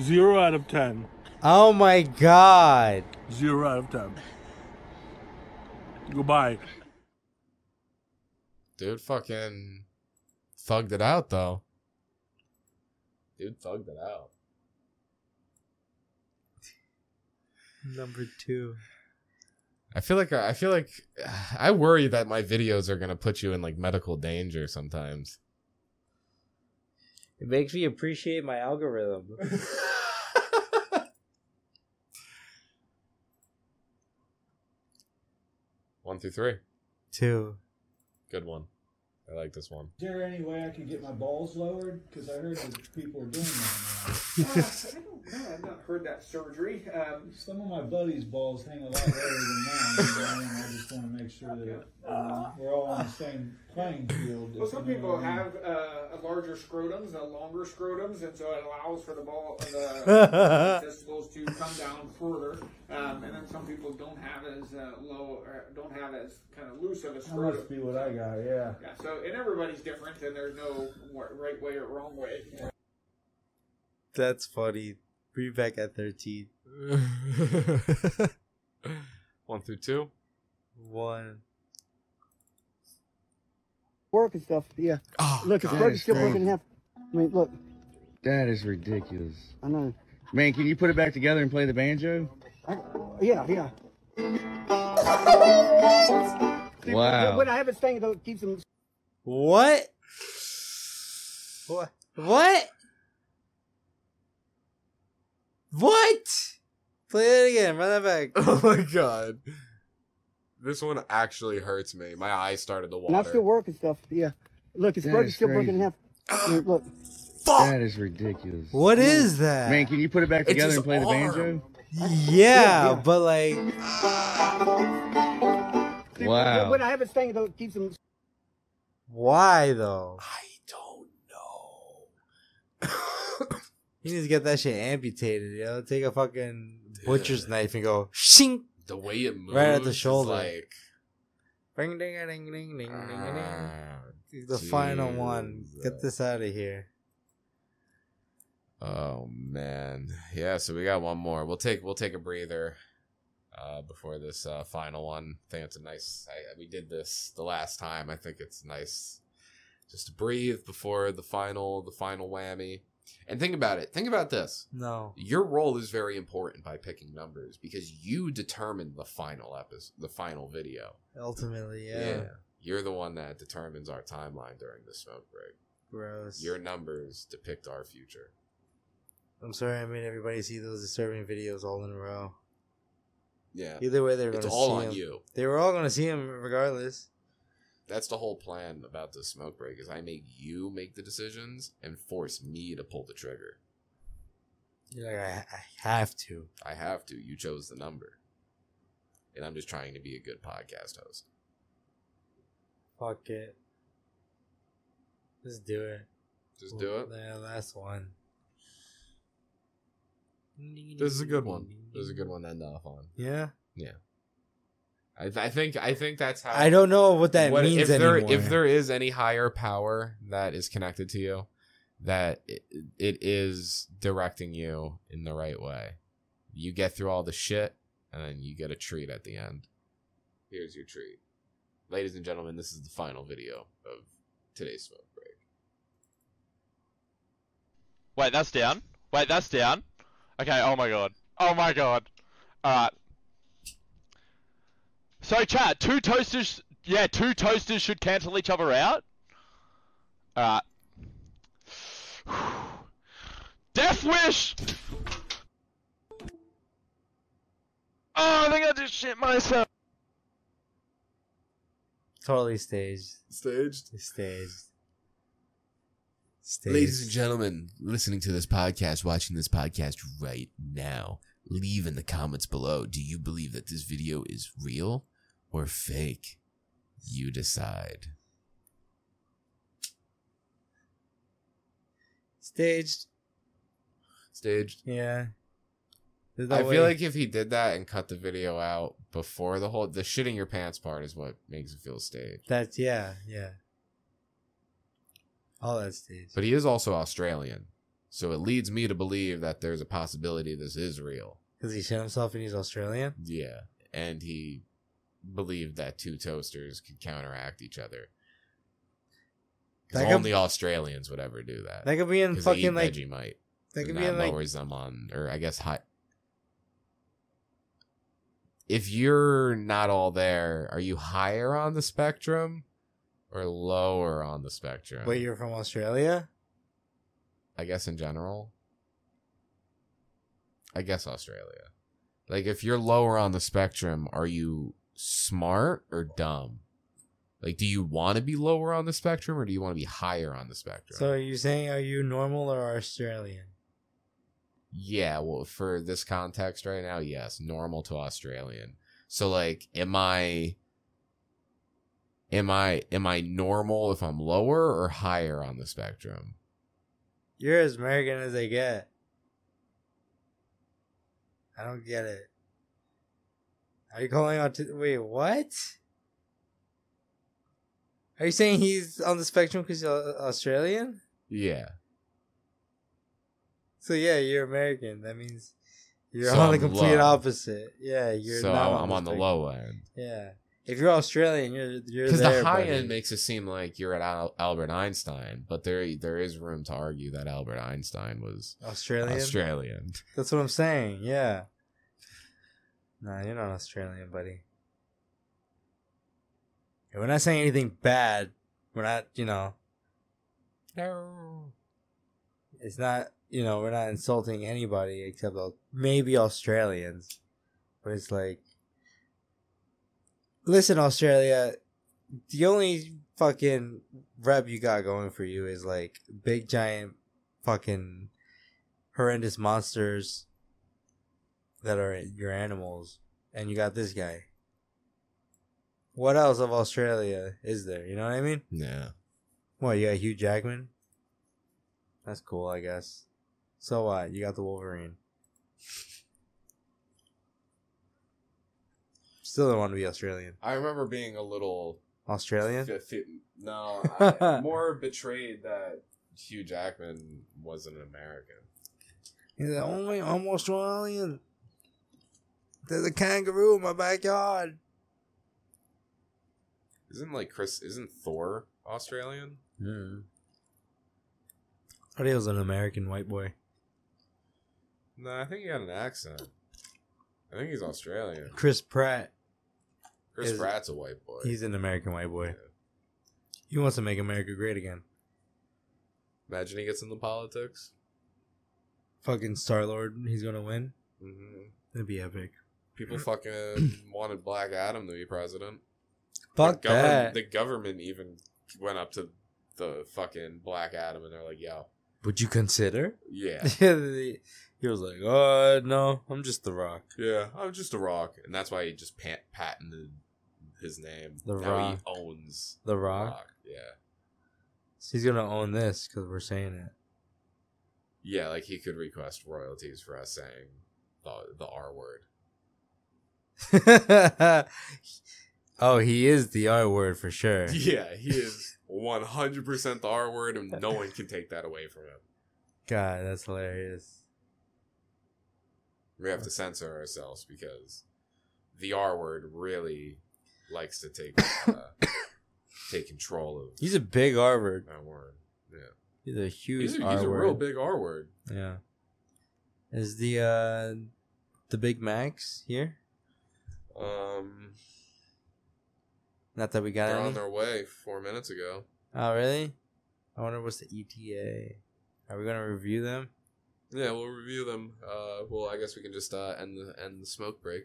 Speaker 12: Zero out of ten.
Speaker 4: Oh my god.
Speaker 12: Zero out of ten. Goodbye.
Speaker 3: Dude fucking thugged it out though. Dude thugged it out.
Speaker 4: Number two.
Speaker 3: I feel like I feel like [SIGHS] I worry that my videos are gonna put you in like medical danger sometimes.
Speaker 4: It makes me appreciate my [LAUGHS] algorithm.
Speaker 3: One through three.
Speaker 4: [LAUGHS] Two.
Speaker 3: Good one. I like this one.
Speaker 13: Is there any way I could get my balls lowered? Because I heard that people are doing that
Speaker 14: Uh, I don't know. I've not heard that surgery. Um,
Speaker 13: now. Some of my buddies' balls hang a lot lower than mine. so I mean, I just want to make sure that um, we're all on the same playing field.
Speaker 14: well,
Speaker 13: if
Speaker 14: some
Speaker 13: you know
Speaker 14: people
Speaker 13: what I mean.
Speaker 14: have uh, a larger scrotums, a longer scrotums, and so it allows for the ball, the testicles to come down further. Um, and then some people don't have as uh, low, or don't have as kind of loose of a
Speaker 13: That
Speaker 14: scrotum.
Speaker 13: must be what I got. Yeah.
Speaker 14: Yeah, so and everybody's different, and there's no wa- right way or wrong way.
Speaker 4: That's funny. Bring me back at 13. [LAUGHS]
Speaker 3: One through two.
Speaker 4: One.
Speaker 15: work and stuff. Yeah. look, if the
Speaker 16: God.
Speaker 15: burger's still
Speaker 16: That is
Speaker 15: broken in half, I mean, look,
Speaker 16: That is ridiculous.
Speaker 15: I know.
Speaker 16: Man, can you put it back together and play the banjo?
Speaker 15: Yeah, yeah. See,
Speaker 16: Wow.
Speaker 15: When I have this thing, though, it keeps them.
Speaker 4: What? What? What? What? Play that again.
Speaker 16: [LAUGHS]
Speaker 4: Run that back.
Speaker 3: Oh my god. This one actually hurts me. My eyes started to
Speaker 15: And I still
Speaker 3: water.
Speaker 15: work and stuff. Yeah. Look, if the
Speaker 16: That
Speaker 15: burger's
Speaker 16: is
Speaker 15: still broken in half, I mean, look.
Speaker 16: That is ridiculous.
Speaker 4: What is that?
Speaker 16: Man, can you put it back
Speaker 4: It's
Speaker 16: together
Speaker 4: his
Speaker 16: and play the
Speaker 4: arm.
Speaker 16: banjo?
Speaker 4: Yeah,
Speaker 15: Yeah, yeah.
Speaker 4: but like,
Speaker 15: See,
Speaker 4: Wow.
Speaker 15: When I have this thing, though, it keeps them.
Speaker 4: why though? [COUGHS] I don't know. you need to get that shit amputated. You know, take a fucking butcher's knife and go shink
Speaker 3: The way it moves.
Speaker 4: right at the shoulder.
Speaker 3: Like,
Speaker 4: Ring ding ding ding ding ding
Speaker 3: Ah, uh,
Speaker 4: ding. The
Speaker 3: Jesus.
Speaker 4: final one. Get this out of here.
Speaker 3: oh man. Yeah, so we got one more. We'll take we'll take a breather uh before this uh final one. I think it's a nice I, we did this the last time. I think it's nice just to breathe before the final the final whammy. And think about it. Think about this.
Speaker 4: No.
Speaker 3: Your role is very important by picking numbers because you determine the final episode, the final video.
Speaker 4: Ultimately, yeah.
Speaker 3: Yeah. You're the one that determines our timeline during the smoke break.
Speaker 4: Gross.
Speaker 3: Your numbers depict our future.
Speaker 4: I'm sorry I made everybody see those disturbing videos all in a row.
Speaker 3: Yeah.
Speaker 4: Either way, they're
Speaker 3: It's
Speaker 4: gonna
Speaker 3: all
Speaker 4: see
Speaker 3: on
Speaker 4: him.
Speaker 3: you.
Speaker 4: They were all gonna see him regardless.
Speaker 3: That's the whole plan about the smoke break is I make you make the decisions and force me to pull the trigger.
Speaker 4: You're like, I, I have to.
Speaker 3: I have to. You chose the number. And I'm just trying to be a good podcast host.
Speaker 4: Fuck it. Just do it.
Speaker 3: Just do it.
Speaker 4: Yeah, last one.
Speaker 3: This is a good
Speaker 4: [LAUGHS]
Speaker 3: one. This is a good one to end off on.
Speaker 4: Yeah.
Speaker 3: Yeah. I, I think I think that's how
Speaker 4: I don't know what that means
Speaker 3: Uh, if there
Speaker 4: anymore.
Speaker 3: if there is any higher power that is connected to you that it, it is directing you in the right way. You get through all the shit and then you get a treat at the end. Here's your treat. Ladies and gentlemen, this is the final video of today's smoke break.
Speaker 17: Wait, that's down. Wait, that's down. Okay, oh my god. Oh my god. Alright. So chat, two toasters yeah, two toasters should cancel each other out. Alright. [SIGHS] Death wish Oh I think I just shit myself.
Speaker 4: Totally staged.
Speaker 3: Staged.
Speaker 4: Staged.
Speaker 3: Ladies and gentlemen, listening to this podcast, watching this podcast right now, leave in the comments below do you believe that this video is real or fake? You decide.
Speaker 4: Staged.
Speaker 3: Staged.
Speaker 4: Yeah. There's no
Speaker 3: I
Speaker 4: way-
Speaker 3: feel like if he did that and cut the video out before the whole the shitting your pants part is what makes it feel staged.
Speaker 4: that's yeah, yeah. All that staged.
Speaker 3: But he is also Australian. So it leads me to believe that there's a possibility this is real.
Speaker 4: Because he shit himself and he's Australian.
Speaker 3: Yeah. And he believed that two toasters could counteract each other. 'Cause
Speaker 4: That could-
Speaker 3: only Australians would ever do that.
Speaker 4: That could be in
Speaker 3: 'Cause they
Speaker 4: fucking, like-
Speaker 3: Vegemite.
Speaker 4: that could
Speaker 3: and
Speaker 4: be
Speaker 3: that
Speaker 4: in, like-
Speaker 3: lowers them on, or I guess high. If you're not all there, are you higher on the spectrum or lower on the spectrum?
Speaker 4: Wait, you're from Australia?
Speaker 3: I guess in general. I guess Australia. Like if you're lower on the spectrum, are you smart or dumb? Like do you want to be lower on the spectrum or do you want to be higher on the spectrum?
Speaker 4: So are you saying are you normal or Australian?
Speaker 3: Yeah, well for this context right now, yes, normal to Australian. So like am I am I am I normal if I'm lower or higher on the spectrum?
Speaker 4: You're as American as they get. I don't get it. Are you calling out to wait, what? Are you saying he's on the spectrum because he's Au- Australian?
Speaker 3: Yeah.
Speaker 4: So yeah, you're American. That means you're
Speaker 3: So
Speaker 4: on the
Speaker 3: I'm
Speaker 4: complete
Speaker 3: low.
Speaker 4: opposite. Yeah, you're
Speaker 3: so
Speaker 4: not
Speaker 3: I'm on the
Speaker 4: spectrum.
Speaker 3: low end.
Speaker 4: Yeah. If you're Australian, you're you're
Speaker 3: Because
Speaker 4: there,
Speaker 3: the high
Speaker 4: buddy.
Speaker 3: end makes it seem like you're at Al- Albert Einstein, but there there is room to argue that Albert Einstein was
Speaker 4: Australian?
Speaker 3: Australian.
Speaker 4: That's what I'm saying. Yeah. Nah, you're not Australian, buddy. And we're not saying anything bad. We're not, you know,
Speaker 3: No.
Speaker 4: it's not, you know, we're not insulting anybody except Au- maybe Australians. But it's like, listen, Australia, the only fucking rep you got going for you is like big, giant, fucking horrendous monsters that are your animals. And you got this guy. What else of Australia is there? You know what I mean?
Speaker 3: Yeah.
Speaker 4: What, you got Hugh Jackman? That's cool, I guess. So what? You got the Wolverine. Still don't want to be Australian.
Speaker 3: I remember being a little
Speaker 4: Australian?
Speaker 3: f- f-
Speaker 4: [LAUGHS]
Speaker 3: no, I, more betrayed that Hugh Jackman wasn't an American.
Speaker 4: He's the only I'm Australian. There's a kangaroo in my backyard.
Speaker 3: Isn't like Chris? Isn't Thor Australian?
Speaker 4: Mm. Thought he was an American white boy.
Speaker 3: No, I think he had an accent. I think he's Australian.
Speaker 4: Chris Pratt.
Speaker 3: Chris
Speaker 4: is-
Speaker 3: Pratt's a white boy.
Speaker 4: He's an American white boy. He wants to make America great again.
Speaker 3: Imagine he gets into politics.
Speaker 4: Fucking Star Lord, he's gonna win.
Speaker 3: Mhm.
Speaker 4: That'd be epic. [CLEARS THROAT]
Speaker 3: People fucking wanted Black Adam to be president.
Speaker 4: Fuck
Speaker 3: the government,
Speaker 4: that.
Speaker 3: The government even went up to the fucking Black Adam and they're like, "Yo,
Speaker 4: Would you consider? [LAUGHS]
Speaker 3: yeah,
Speaker 4: he was like, "Uh, no, I'm just The Rock."
Speaker 3: yeah, I'm just a rock," and that's why he just pat- patented his name.
Speaker 4: The
Speaker 3: now
Speaker 4: Rock.
Speaker 3: he owns
Speaker 4: The Rock?
Speaker 3: Yeah,
Speaker 4: He's gonna own this because we're saying it.
Speaker 3: yeah, like he could request royalties for us saying the the R word.
Speaker 4: [LAUGHS] oh, he is the R word
Speaker 3: [LAUGHS]
Speaker 4: for sure.
Speaker 3: Yeah, he is 100% the R word, and no one can take that away from him.
Speaker 4: God, that's hilarious.
Speaker 3: We have to censor ourselves because the R word really likes to take
Speaker 4: [COUGHS]
Speaker 3: uh, take control of
Speaker 4: He's a big R word.
Speaker 3: that word. Yeah,
Speaker 4: He's a huge
Speaker 3: he's a, he's
Speaker 4: R
Speaker 3: a
Speaker 4: word.
Speaker 3: real big R word.
Speaker 4: Yeah. Is the uh the Big Macs here?
Speaker 3: Um,
Speaker 4: Not that we got
Speaker 3: they're
Speaker 4: any.
Speaker 3: on their way four minutes ago.
Speaker 4: Oh, really? I wonder what's the ETA. Are we gonna review them?
Speaker 3: Yeah, we'll review them. Uh, well, I guess we can just uh, end the end the smoke break,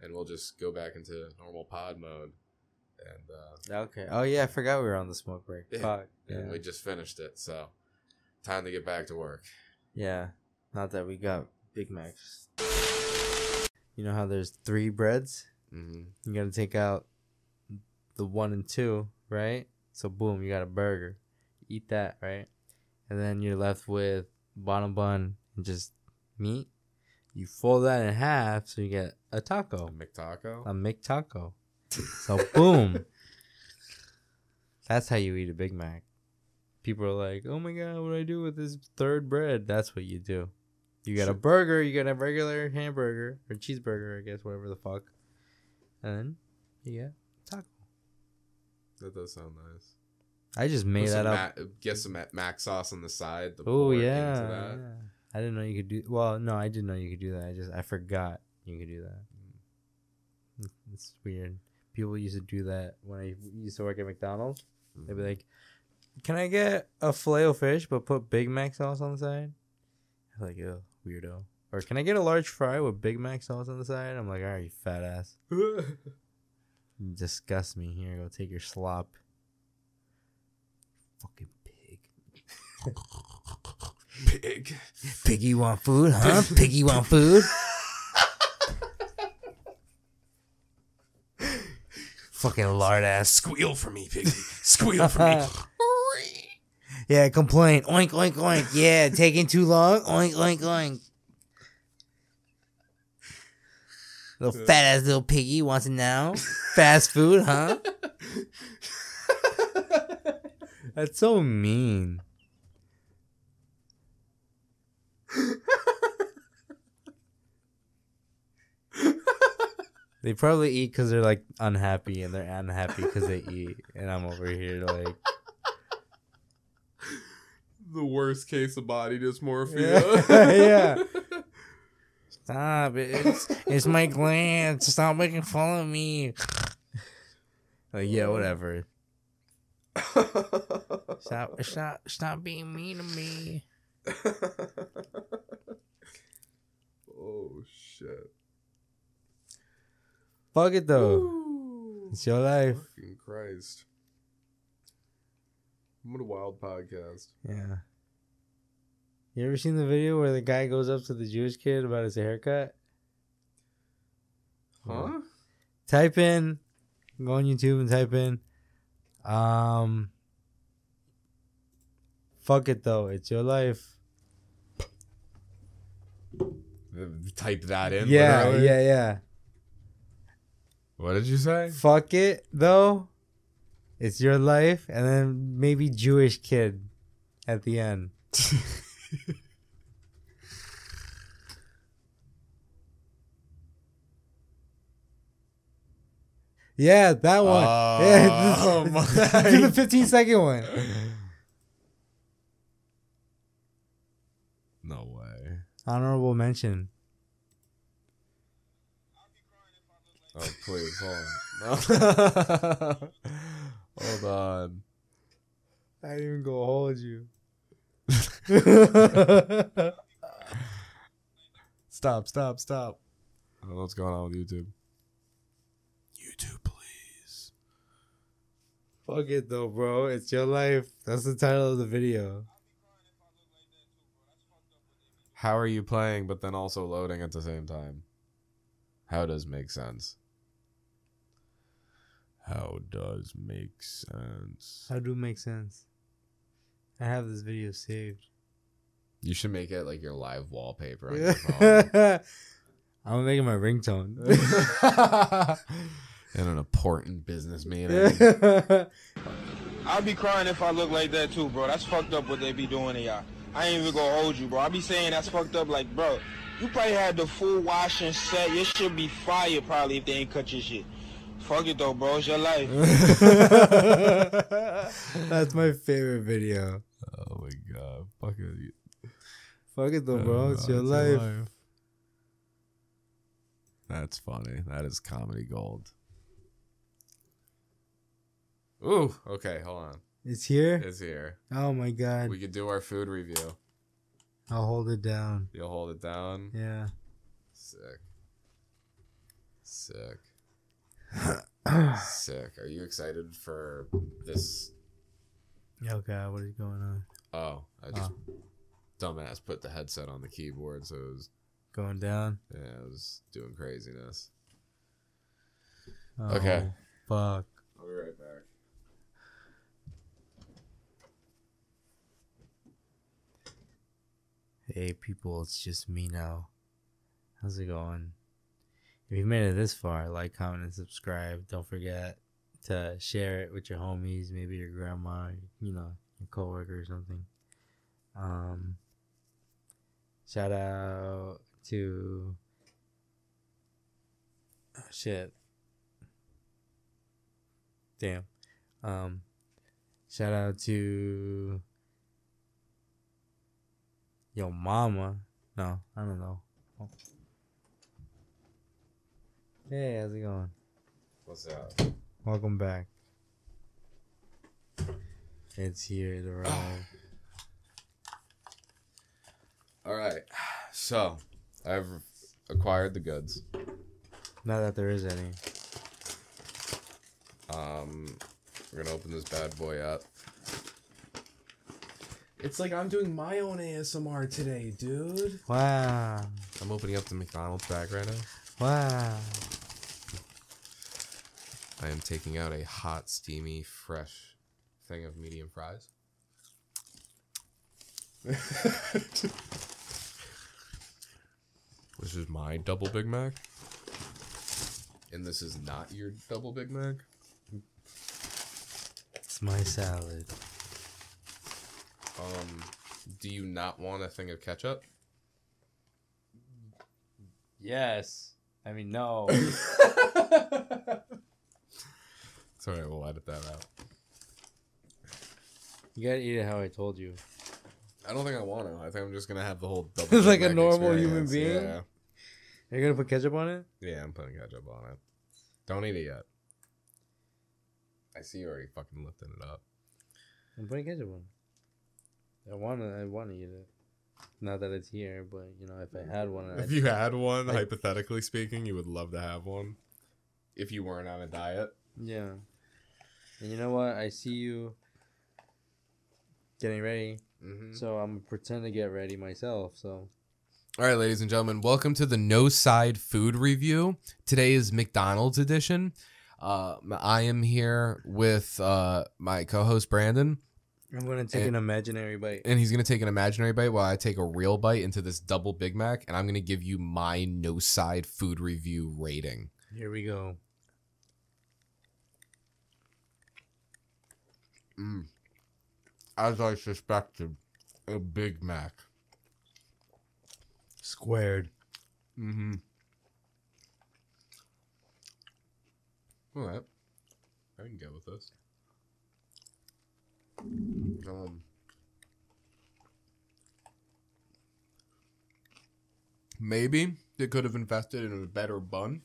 Speaker 3: and we'll just go back into normal pod mode. And uh,
Speaker 4: Okay. Oh yeah, I forgot we were on the smoke break.
Speaker 3: Yeah.
Speaker 4: Fuck.
Speaker 3: and
Speaker 4: Yeah.
Speaker 3: we just finished it, so time to get back to work.
Speaker 4: Yeah. Not that we got Big Macs. You know how there's three breads?
Speaker 3: Mhm.
Speaker 4: You gotta take out the one and two, right? So boom, you got a burger. Eat that, right? And then you're left with bottom bun and just meat. You fold that in half so you get a taco.
Speaker 3: McTaco.
Speaker 4: A McTaco. So boom. [LAUGHS] That's how you eat a Big Mac. People are like, "Oh my god, what do I do with this third bread?" That's what you do. You got a burger, you got a regular hamburger or cheeseburger, I guess, whatever the fuck, and then you get taco.
Speaker 3: That does sound nice.
Speaker 4: I just
Speaker 3: Put
Speaker 4: made
Speaker 3: some
Speaker 4: that up.
Speaker 3: Ma- get some ma- mac sauce on the side. to
Speaker 4: Oh
Speaker 3: pour into
Speaker 4: yeah,
Speaker 3: that.
Speaker 4: yeah. I didn't know you could do. Well, no, I didn't know you could do that. I just I forgot you could do that.
Speaker 3: Mm.
Speaker 4: It's weird. People used to do that when I used to work at McDonald's. They'd be
Speaker 3: Mm-hmm.
Speaker 4: like, "Can I get a filet o fish, but put Big Mac sauce on the side?" I'm like, "Yo, weirdo." Or can I get a large fry with Big Mac sauce on the side? I'm like, "All right, you fat ass,
Speaker 3: [LAUGHS] Mm.
Speaker 4: you disgust me. Here, go take your slop." Fucking pig.
Speaker 3: Pig.
Speaker 4: Piggy want food, huh? Piggy want food. Fucking lard ass
Speaker 3: Squeal for me, piggy. Squeal for me.
Speaker 4: Yeah, complain. Oink oink oink. Yeah, taking too long. Oink oink oink. Little fat ass little piggy wants it now. Fast food, huh? [LAUGHS] That's so mean. They probably eat because they're like unhappy, and they're unhappy because they eat. And I'm over here like,
Speaker 3: the worst case of body dysmorphia.
Speaker 4: [LAUGHS] yeah. Stop! It's it's my glands. Stop making fun of me. Like yeah, whatever. Stop! Stop! Stop being mean to me.
Speaker 3: [LAUGHS] Oh shit.
Speaker 4: Fuck it though. It's your life.
Speaker 3: Fucking Christ. What a wild podcast.
Speaker 4: Yeah. You ever seen the video where the guy goes up to the Jewish kid about his haircut?
Speaker 3: Huh?
Speaker 4: Type in, go on YouTube and type in, um, fuck it though. It's your life.
Speaker 3: Uh, Type that in.
Speaker 4: yeah,
Speaker 3: literally?
Speaker 4: yeah, yeah.
Speaker 3: What did you say?
Speaker 4: Fuck it though. It's your life, and then maybe Jewish kid at the end. [LAUGHS] yeah, that one.
Speaker 3: Oh,
Speaker 4: [LAUGHS] yeah, [LAUGHS] this-
Speaker 3: my.
Speaker 4: do the fifteen second one.
Speaker 3: No way.
Speaker 4: Honorable mention. [LAUGHS]
Speaker 3: Oh please, hold on. No. hold on.
Speaker 4: I didn't even go hold you.
Speaker 3: Stop, stop, stop. I don't know what's going on with YouTube. YouTube, please.
Speaker 4: Fuck it though, bro. It's your life. That's the title of the video.
Speaker 3: How are you playing, but then also loading at the same time? How does make sense? How does make sense?
Speaker 4: How do make sense? I have this video saved.
Speaker 3: You should make it like your live wallpaper on your phone.
Speaker 4: I'm making my ringtone.
Speaker 3: [LAUGHS]
Speaker 4: [LAUGHS]
Speaker 3: In an important business meeting.
Speaker 18: I'd be crying if I look like that too, bro. That's fucked up what they be doing to y'all. I ain't even gonna hold you, bro. I be saying that's fucked up. Like, bro, you probably had the full wash and set. Your shit be fire probably if they ain't cut your shit. Fuck it though, bro. It's your life.
Speaker 4: That's my favorite video.
Speaker 3: Oh my god. Fuck it. Oh,
Speaker 4: Fuck it though,
Speaker 3: Uh,
Speaker 4: bro. It's, your, life.
Speaker 3: That's funny. That is comedy gold. Ooh, okay, hold on.
Speaker 4: It's here.
Speaker 3: It's here.
Speaker 4: Oh my god.
Speaker 3: We could do our food review.
Speaker 4: I'll hold it down.
Speaker 3: You'll hold it down.
Speaker 4: Yeah.
Speaker 3: Sick. Sick. Sick. Are you excited for this?
Speaker 4: Oh god, what is going on?
Speaker 3: Oh, I just dumbass put the headset on the keyboard, so it was
Speaker 4: Going down.
Speaker 3: yeah, it was doing craziness.
Speaker 4: Oh,
Speaker 3: Okay.
Speaker 4: Fuck.
Speaker 3: I'll be right back.
Speaker 4: Hey people, it's just me now. How's it going? If you made it this far, like, comment, and subscribe. Don't forget to share it with your homies, maybe your grandma, you know, your coworker or something. Um, shout out to oh, shit. Damn. Um, shout out to your mama. No, I don't know. Oh. Hey, how's it going?
Speaker 3: What's up?
Speaker 4: Welcome back. It's here to roll.
Speaker 3: All right. So, I've acquired the goods.
Speaker 4: [SIGHS] Not that there is any.
Speaker 3: Um, we're gonna open this bad boy up. It's like I'm doing my own ASMR today, dude.
Speaker 4: Wow.
Speaker 3: I'm opening up the McDonald's bag right now.
Speaker 4: Wow.
Speaker 3: I am taking out a hot, steamy, fresh thing of medium [LAUGHS] fries. this is my double Big Mac. And this is not your double Big Mac.
Speaker 4: It's my salad.
Speaker 3: Um, do you not want a thing of [LAUGHS] ketchup?
Speaker 4: Yes. I mean, no.
Speaker 3: It's alright, we'll edit that out.
Speaker 4: [COUGHS] you gotta eat it how I told you.
Speaker 3: I don't think I want to. I think I'm just gonna have the [LAUGHS] whole double. Big
Speaker 4: It's like a
Speaker 3: Mac
Speaker 4: normal
Speaker 3: experience.
Speaker 4: human being.
Speaker 3: Yeah.
Speaker 4: You're gonna put ketchup on it?
Speaker 3: Yeah, I'm putting ketchup on it. Don't eat it yet. I see you already fucking lifting it up.
Speaker 4: I'm putting ketchup on it. I wanna, I wanna eat it. Not that it's here, but you know, if I had one,
Speaker 3: If
Speaker 4: I'd-
Speaker 3: you had one,
Speaker 4: I-
Speaker 3: hypothetically speaking, you would love to have one. If you weren't on a diet.
Speaker 4: Yeah. And you know what? I see you getting ready.
Speaker 3: Mhm.
Speaker 4: So I'm pretend to get ready myself. So
Speaker 3: All right, ladies and gentlemen, welcome to the No Side Food Review. Today is McDonald's edition. Uh, I am here with uh, my co host, Brandon.
Speaker 4: I'm gonna take an
Speaker 3: And-
Speaker 4: imaginary bite.
Speaker 3: and he's gonna take an imaginary bite while I take a real bite into this double Big Mac, and I'm gonna give you my no side food review rating.
Speaker 4: Here we go.
Speaker 3: As I suspected, a Big Mac.
Speaker 4: Squared.
Speaker 3: Mm-hmm. All right, I can go with this. Um, maybe they could have invested in a better bun,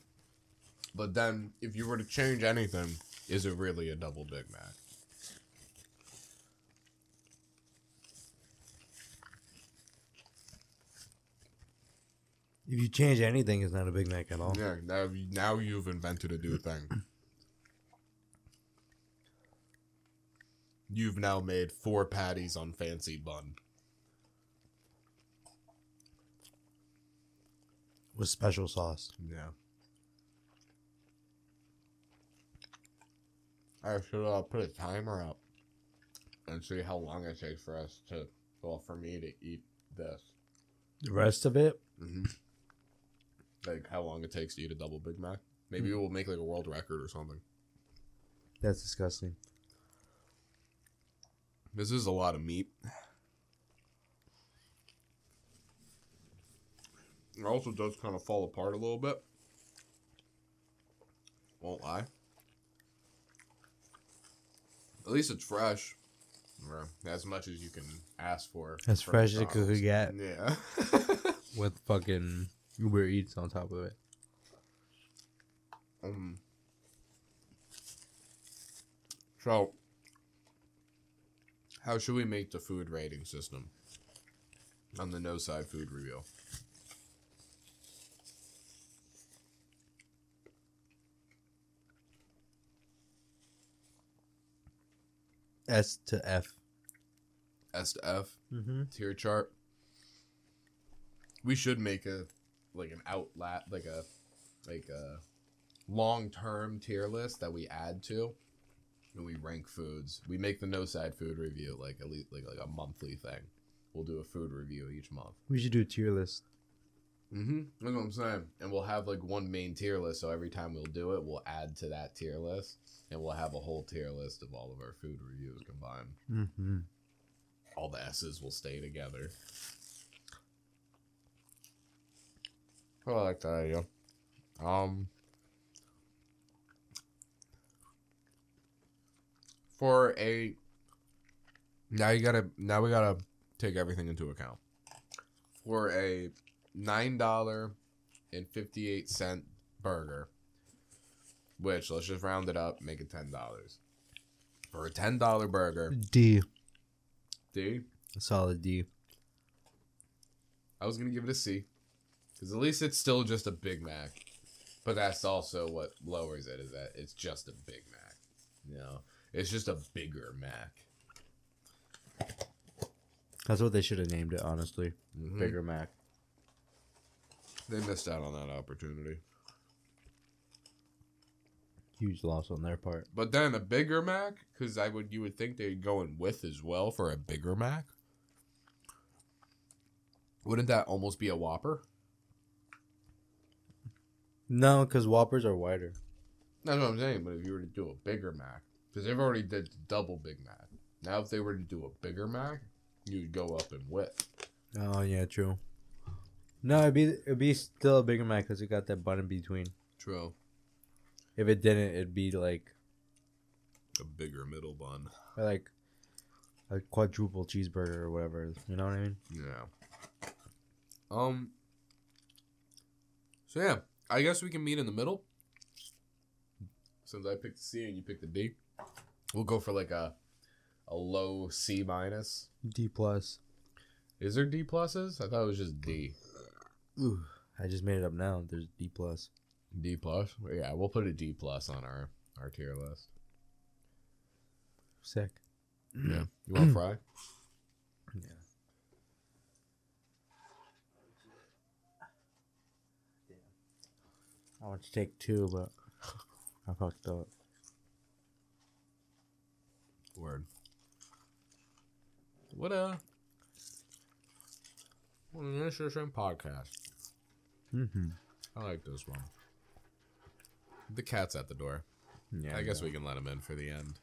Speaker 3: but then if you were to change anything, is it really a double Big Mac?
Speaker 4: If you change anything, it's not a Big Mac at all.
Speaker 3: Yeah, now, you- now you've invented a new thing. You've now made four patties on fancy bun.
Speaker 4: With special sauce.
Speaker 3: Yeah. I should uh, put a timer up and see how long it takes for us to, well, for me to eat this.
Speaker 4: The rest of it?
Speaker 3: hmm Like how long it takes to eat a double Big Mac. Maybe we'll make like a world record or something.
Speaker 4: That's disgusting.
Speaker 3: This is a lot of meat. It also does kind of fall apart a little bit. Won't lie. At least it's fresh. Or as much as you can ask for.
Speaker 4: As
Speaker 3: from
Speaker 4: fresh as it could
Speaker 3: McDonald's.
Speaker 4: get.
Speaker 3: Yeah. [LAUGHS]
Speaker 4: With fucking Uber Eats on top of it.
Speaker 3: Um, so, how should we make the food rating system on the no side food review?
Speaker 4: S to F.
Speaker 3: S to F
Speaker 4: Mhm.
Speaker 3: tier chart? We should make a like an outlat like a like a long term tier list that we add to and we rank foods. We make the no side food review like at least like like a monthly thing. We'll do a food review each month.
Speaker 4: We should do a tier list.
Speaker 3: Mm-hmm. That's what I'm saying. And we'll have like one main tier list. So every time we'll do it, we'll add to that tier list, and we'll have a whole tier list of all of our food reviews combined.
Speaker 4: Mm-hmm.
Speaker 3: All the S's will stay together. I like that idea. Um, for a now you gotta now we gotta take everything into account for a nine dollar and fifty eight cent burger, which let's just round it up, make it ten dollars. For a ten dollar
Speaker 4: Mm.
Speaker 3: burger,
Speaker 4: D.
Speaker 3: D.
Speaker 4: A solid D.
Speaker 3: I was gonna give it a C, because at least it's still just a Big Mac. But that's also what lowers it is that it's just a Big Mac. You know, it's just a bigger Mac.
Speaker 4: That's what they should have named it, honestly.
Speaker 3: Mhm.
Speaker 4: Bigger Mac.
Speaker 3: They missed out on that opportunity.
Speaker 4: Huge loss on their part.
Speaker 3: But then a bigger Mac, because I would you would think they'd go in with as well for a bigger Mac. Wouldn't that almost be a Whopper?
Speaker 4: No, because Whoppers are wider.
Speaker 3: That's what I'm saying. But if you were to do a bigger Mac, because they've already did the double Big Mac. Now if they were to do a bigger Mac, you'd go up in width.
Speaker 4: Oh yeah, true. No, it'd be it'd be still a bigger Mac because it got that bun in between.
Speaker 3: True.
Speaker 4: If it didn't, it'd be like
Speaker 3: A bigger middle bun.
Speaker 4: like a quadruple cheeseburger or whatever. You know what I mean?
Speaker 3: Yeah. Um. So yeah, I guess we can meet in the middle. Since I picked the C and you picked the D, we'll go for like a a low C minus.
Speaker 4: D plus.
Speaker 3: Is there D pluses? I thought it was just D.
Speaker 4: Ooh, I just made it up now. There's D plus.
Speaker 3: D plus. Yeah, we'll put a D plus on our our tier list.
Speaker 4: Sick.
Speaker 3: Yeah. You want fry?
Speaker 4: Yeah. I want to take two, but [LAUGHS] I fucked up.
Speaker 3: Word. What a what an interesting podcast.
Speaker 4: Mm-hmm.
Speaker 3: I like this one. The cat's at the door.
Speaker 4: Yeah,
Speaker 3: I guess we can let him in for the end.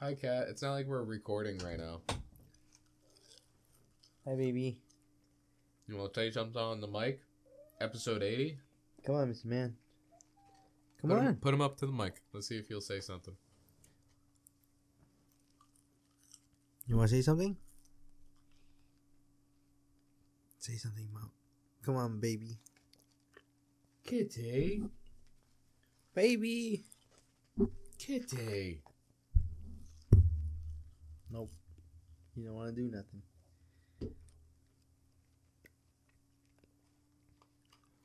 Speaker 3: Hi, cat. It's not like we're recording right now.
Speaker 4: Hi, baby.
Speaker 3: You want to say something on the mic? Episode 80?
Speaker 4: Come on, Mr. Man. Come
Speaker 3: put Him,
Speaker 4: on.
Speaker 3: put him up to the mic. Let's see if he'll say something.
Speaker 4: You want to say something? Say something, Mom. Come on, baby.
Speaker 3: Kitty.
Speaker 4: Baby.
Speaker 3: Kitty.
Speaker 4: Nope. You don't want to do nothing.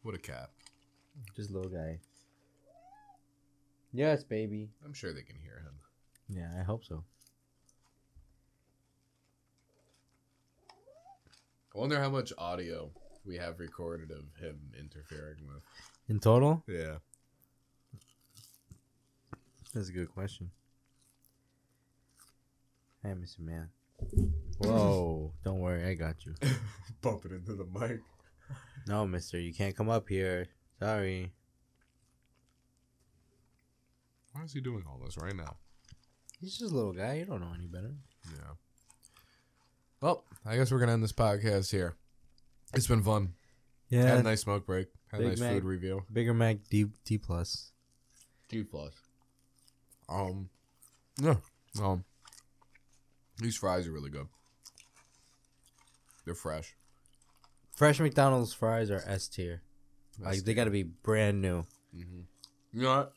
Speaker 3: What a cap.
Speaker 4: Just little guy. Yes, baby.
Speaker 3: I'm sure they can hear him.
Speaker 4: Yeah, I hope so.
Speaker 3: I wonder how much audio we have recorded of him interfering with.
Speaker 4: In total?
Speaker 3: Yeah.
Speaker 4: That's a good question. Hey, Mr. Man. [LAUGHS] Whoa, don't worry, I got you.
Speaker 3: Bump it into the mic.
Speaker 4: No, mister, you can't come up here. Sorry.
Speaker 3: Why is he doing all this right now?
Speaker 4: He's just a little guy. You don't know any better.
Speaker 3: Yeah. Well, I guess we're gonna end this podcast here. It's been fun.
Speaker 4: Yeah.
Speaker 3: Had a nice smoke break. Had a
Speaker 4: Big
Speaker 3: nice
Speaker 4: Mac.
Speaker 3: food review.
Speaker 4: Bigger Mac D D plus.
Speaker 3: D plus. Um. Yeah. Um. These fries are really good. They're fresh.
Speaker 4: Fresh McDonald's fries are S tier. Like
Speaker 3: S
Speaker 4: they gotta be brand new.
Speaker 3: Mm-hmm. You know what?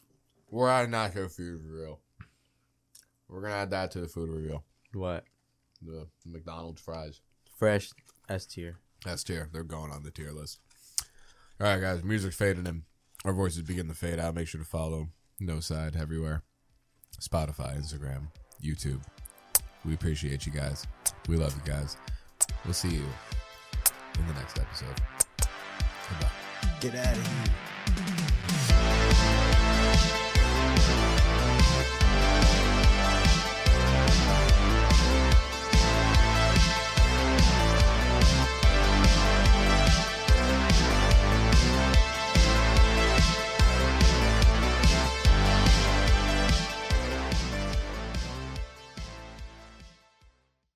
Speaker 3: We're out of nacho food review. We're gonna add that to the food review.
Speaker 4: What?
Speaker 3: The McDonald's fries.
Speaker 4: Fresh S tier.
Speaker 3: That's tier. They're going on the tier list. All right, guys. Music's fading in. Our voices begin to fade out. Make sure to follow No Side everywhere Spotify, Instagram, YouTube. We appreciate you guys. We love you guys. We'll see you in the next episode. Goodbye.
Speaker 4: Get out of here.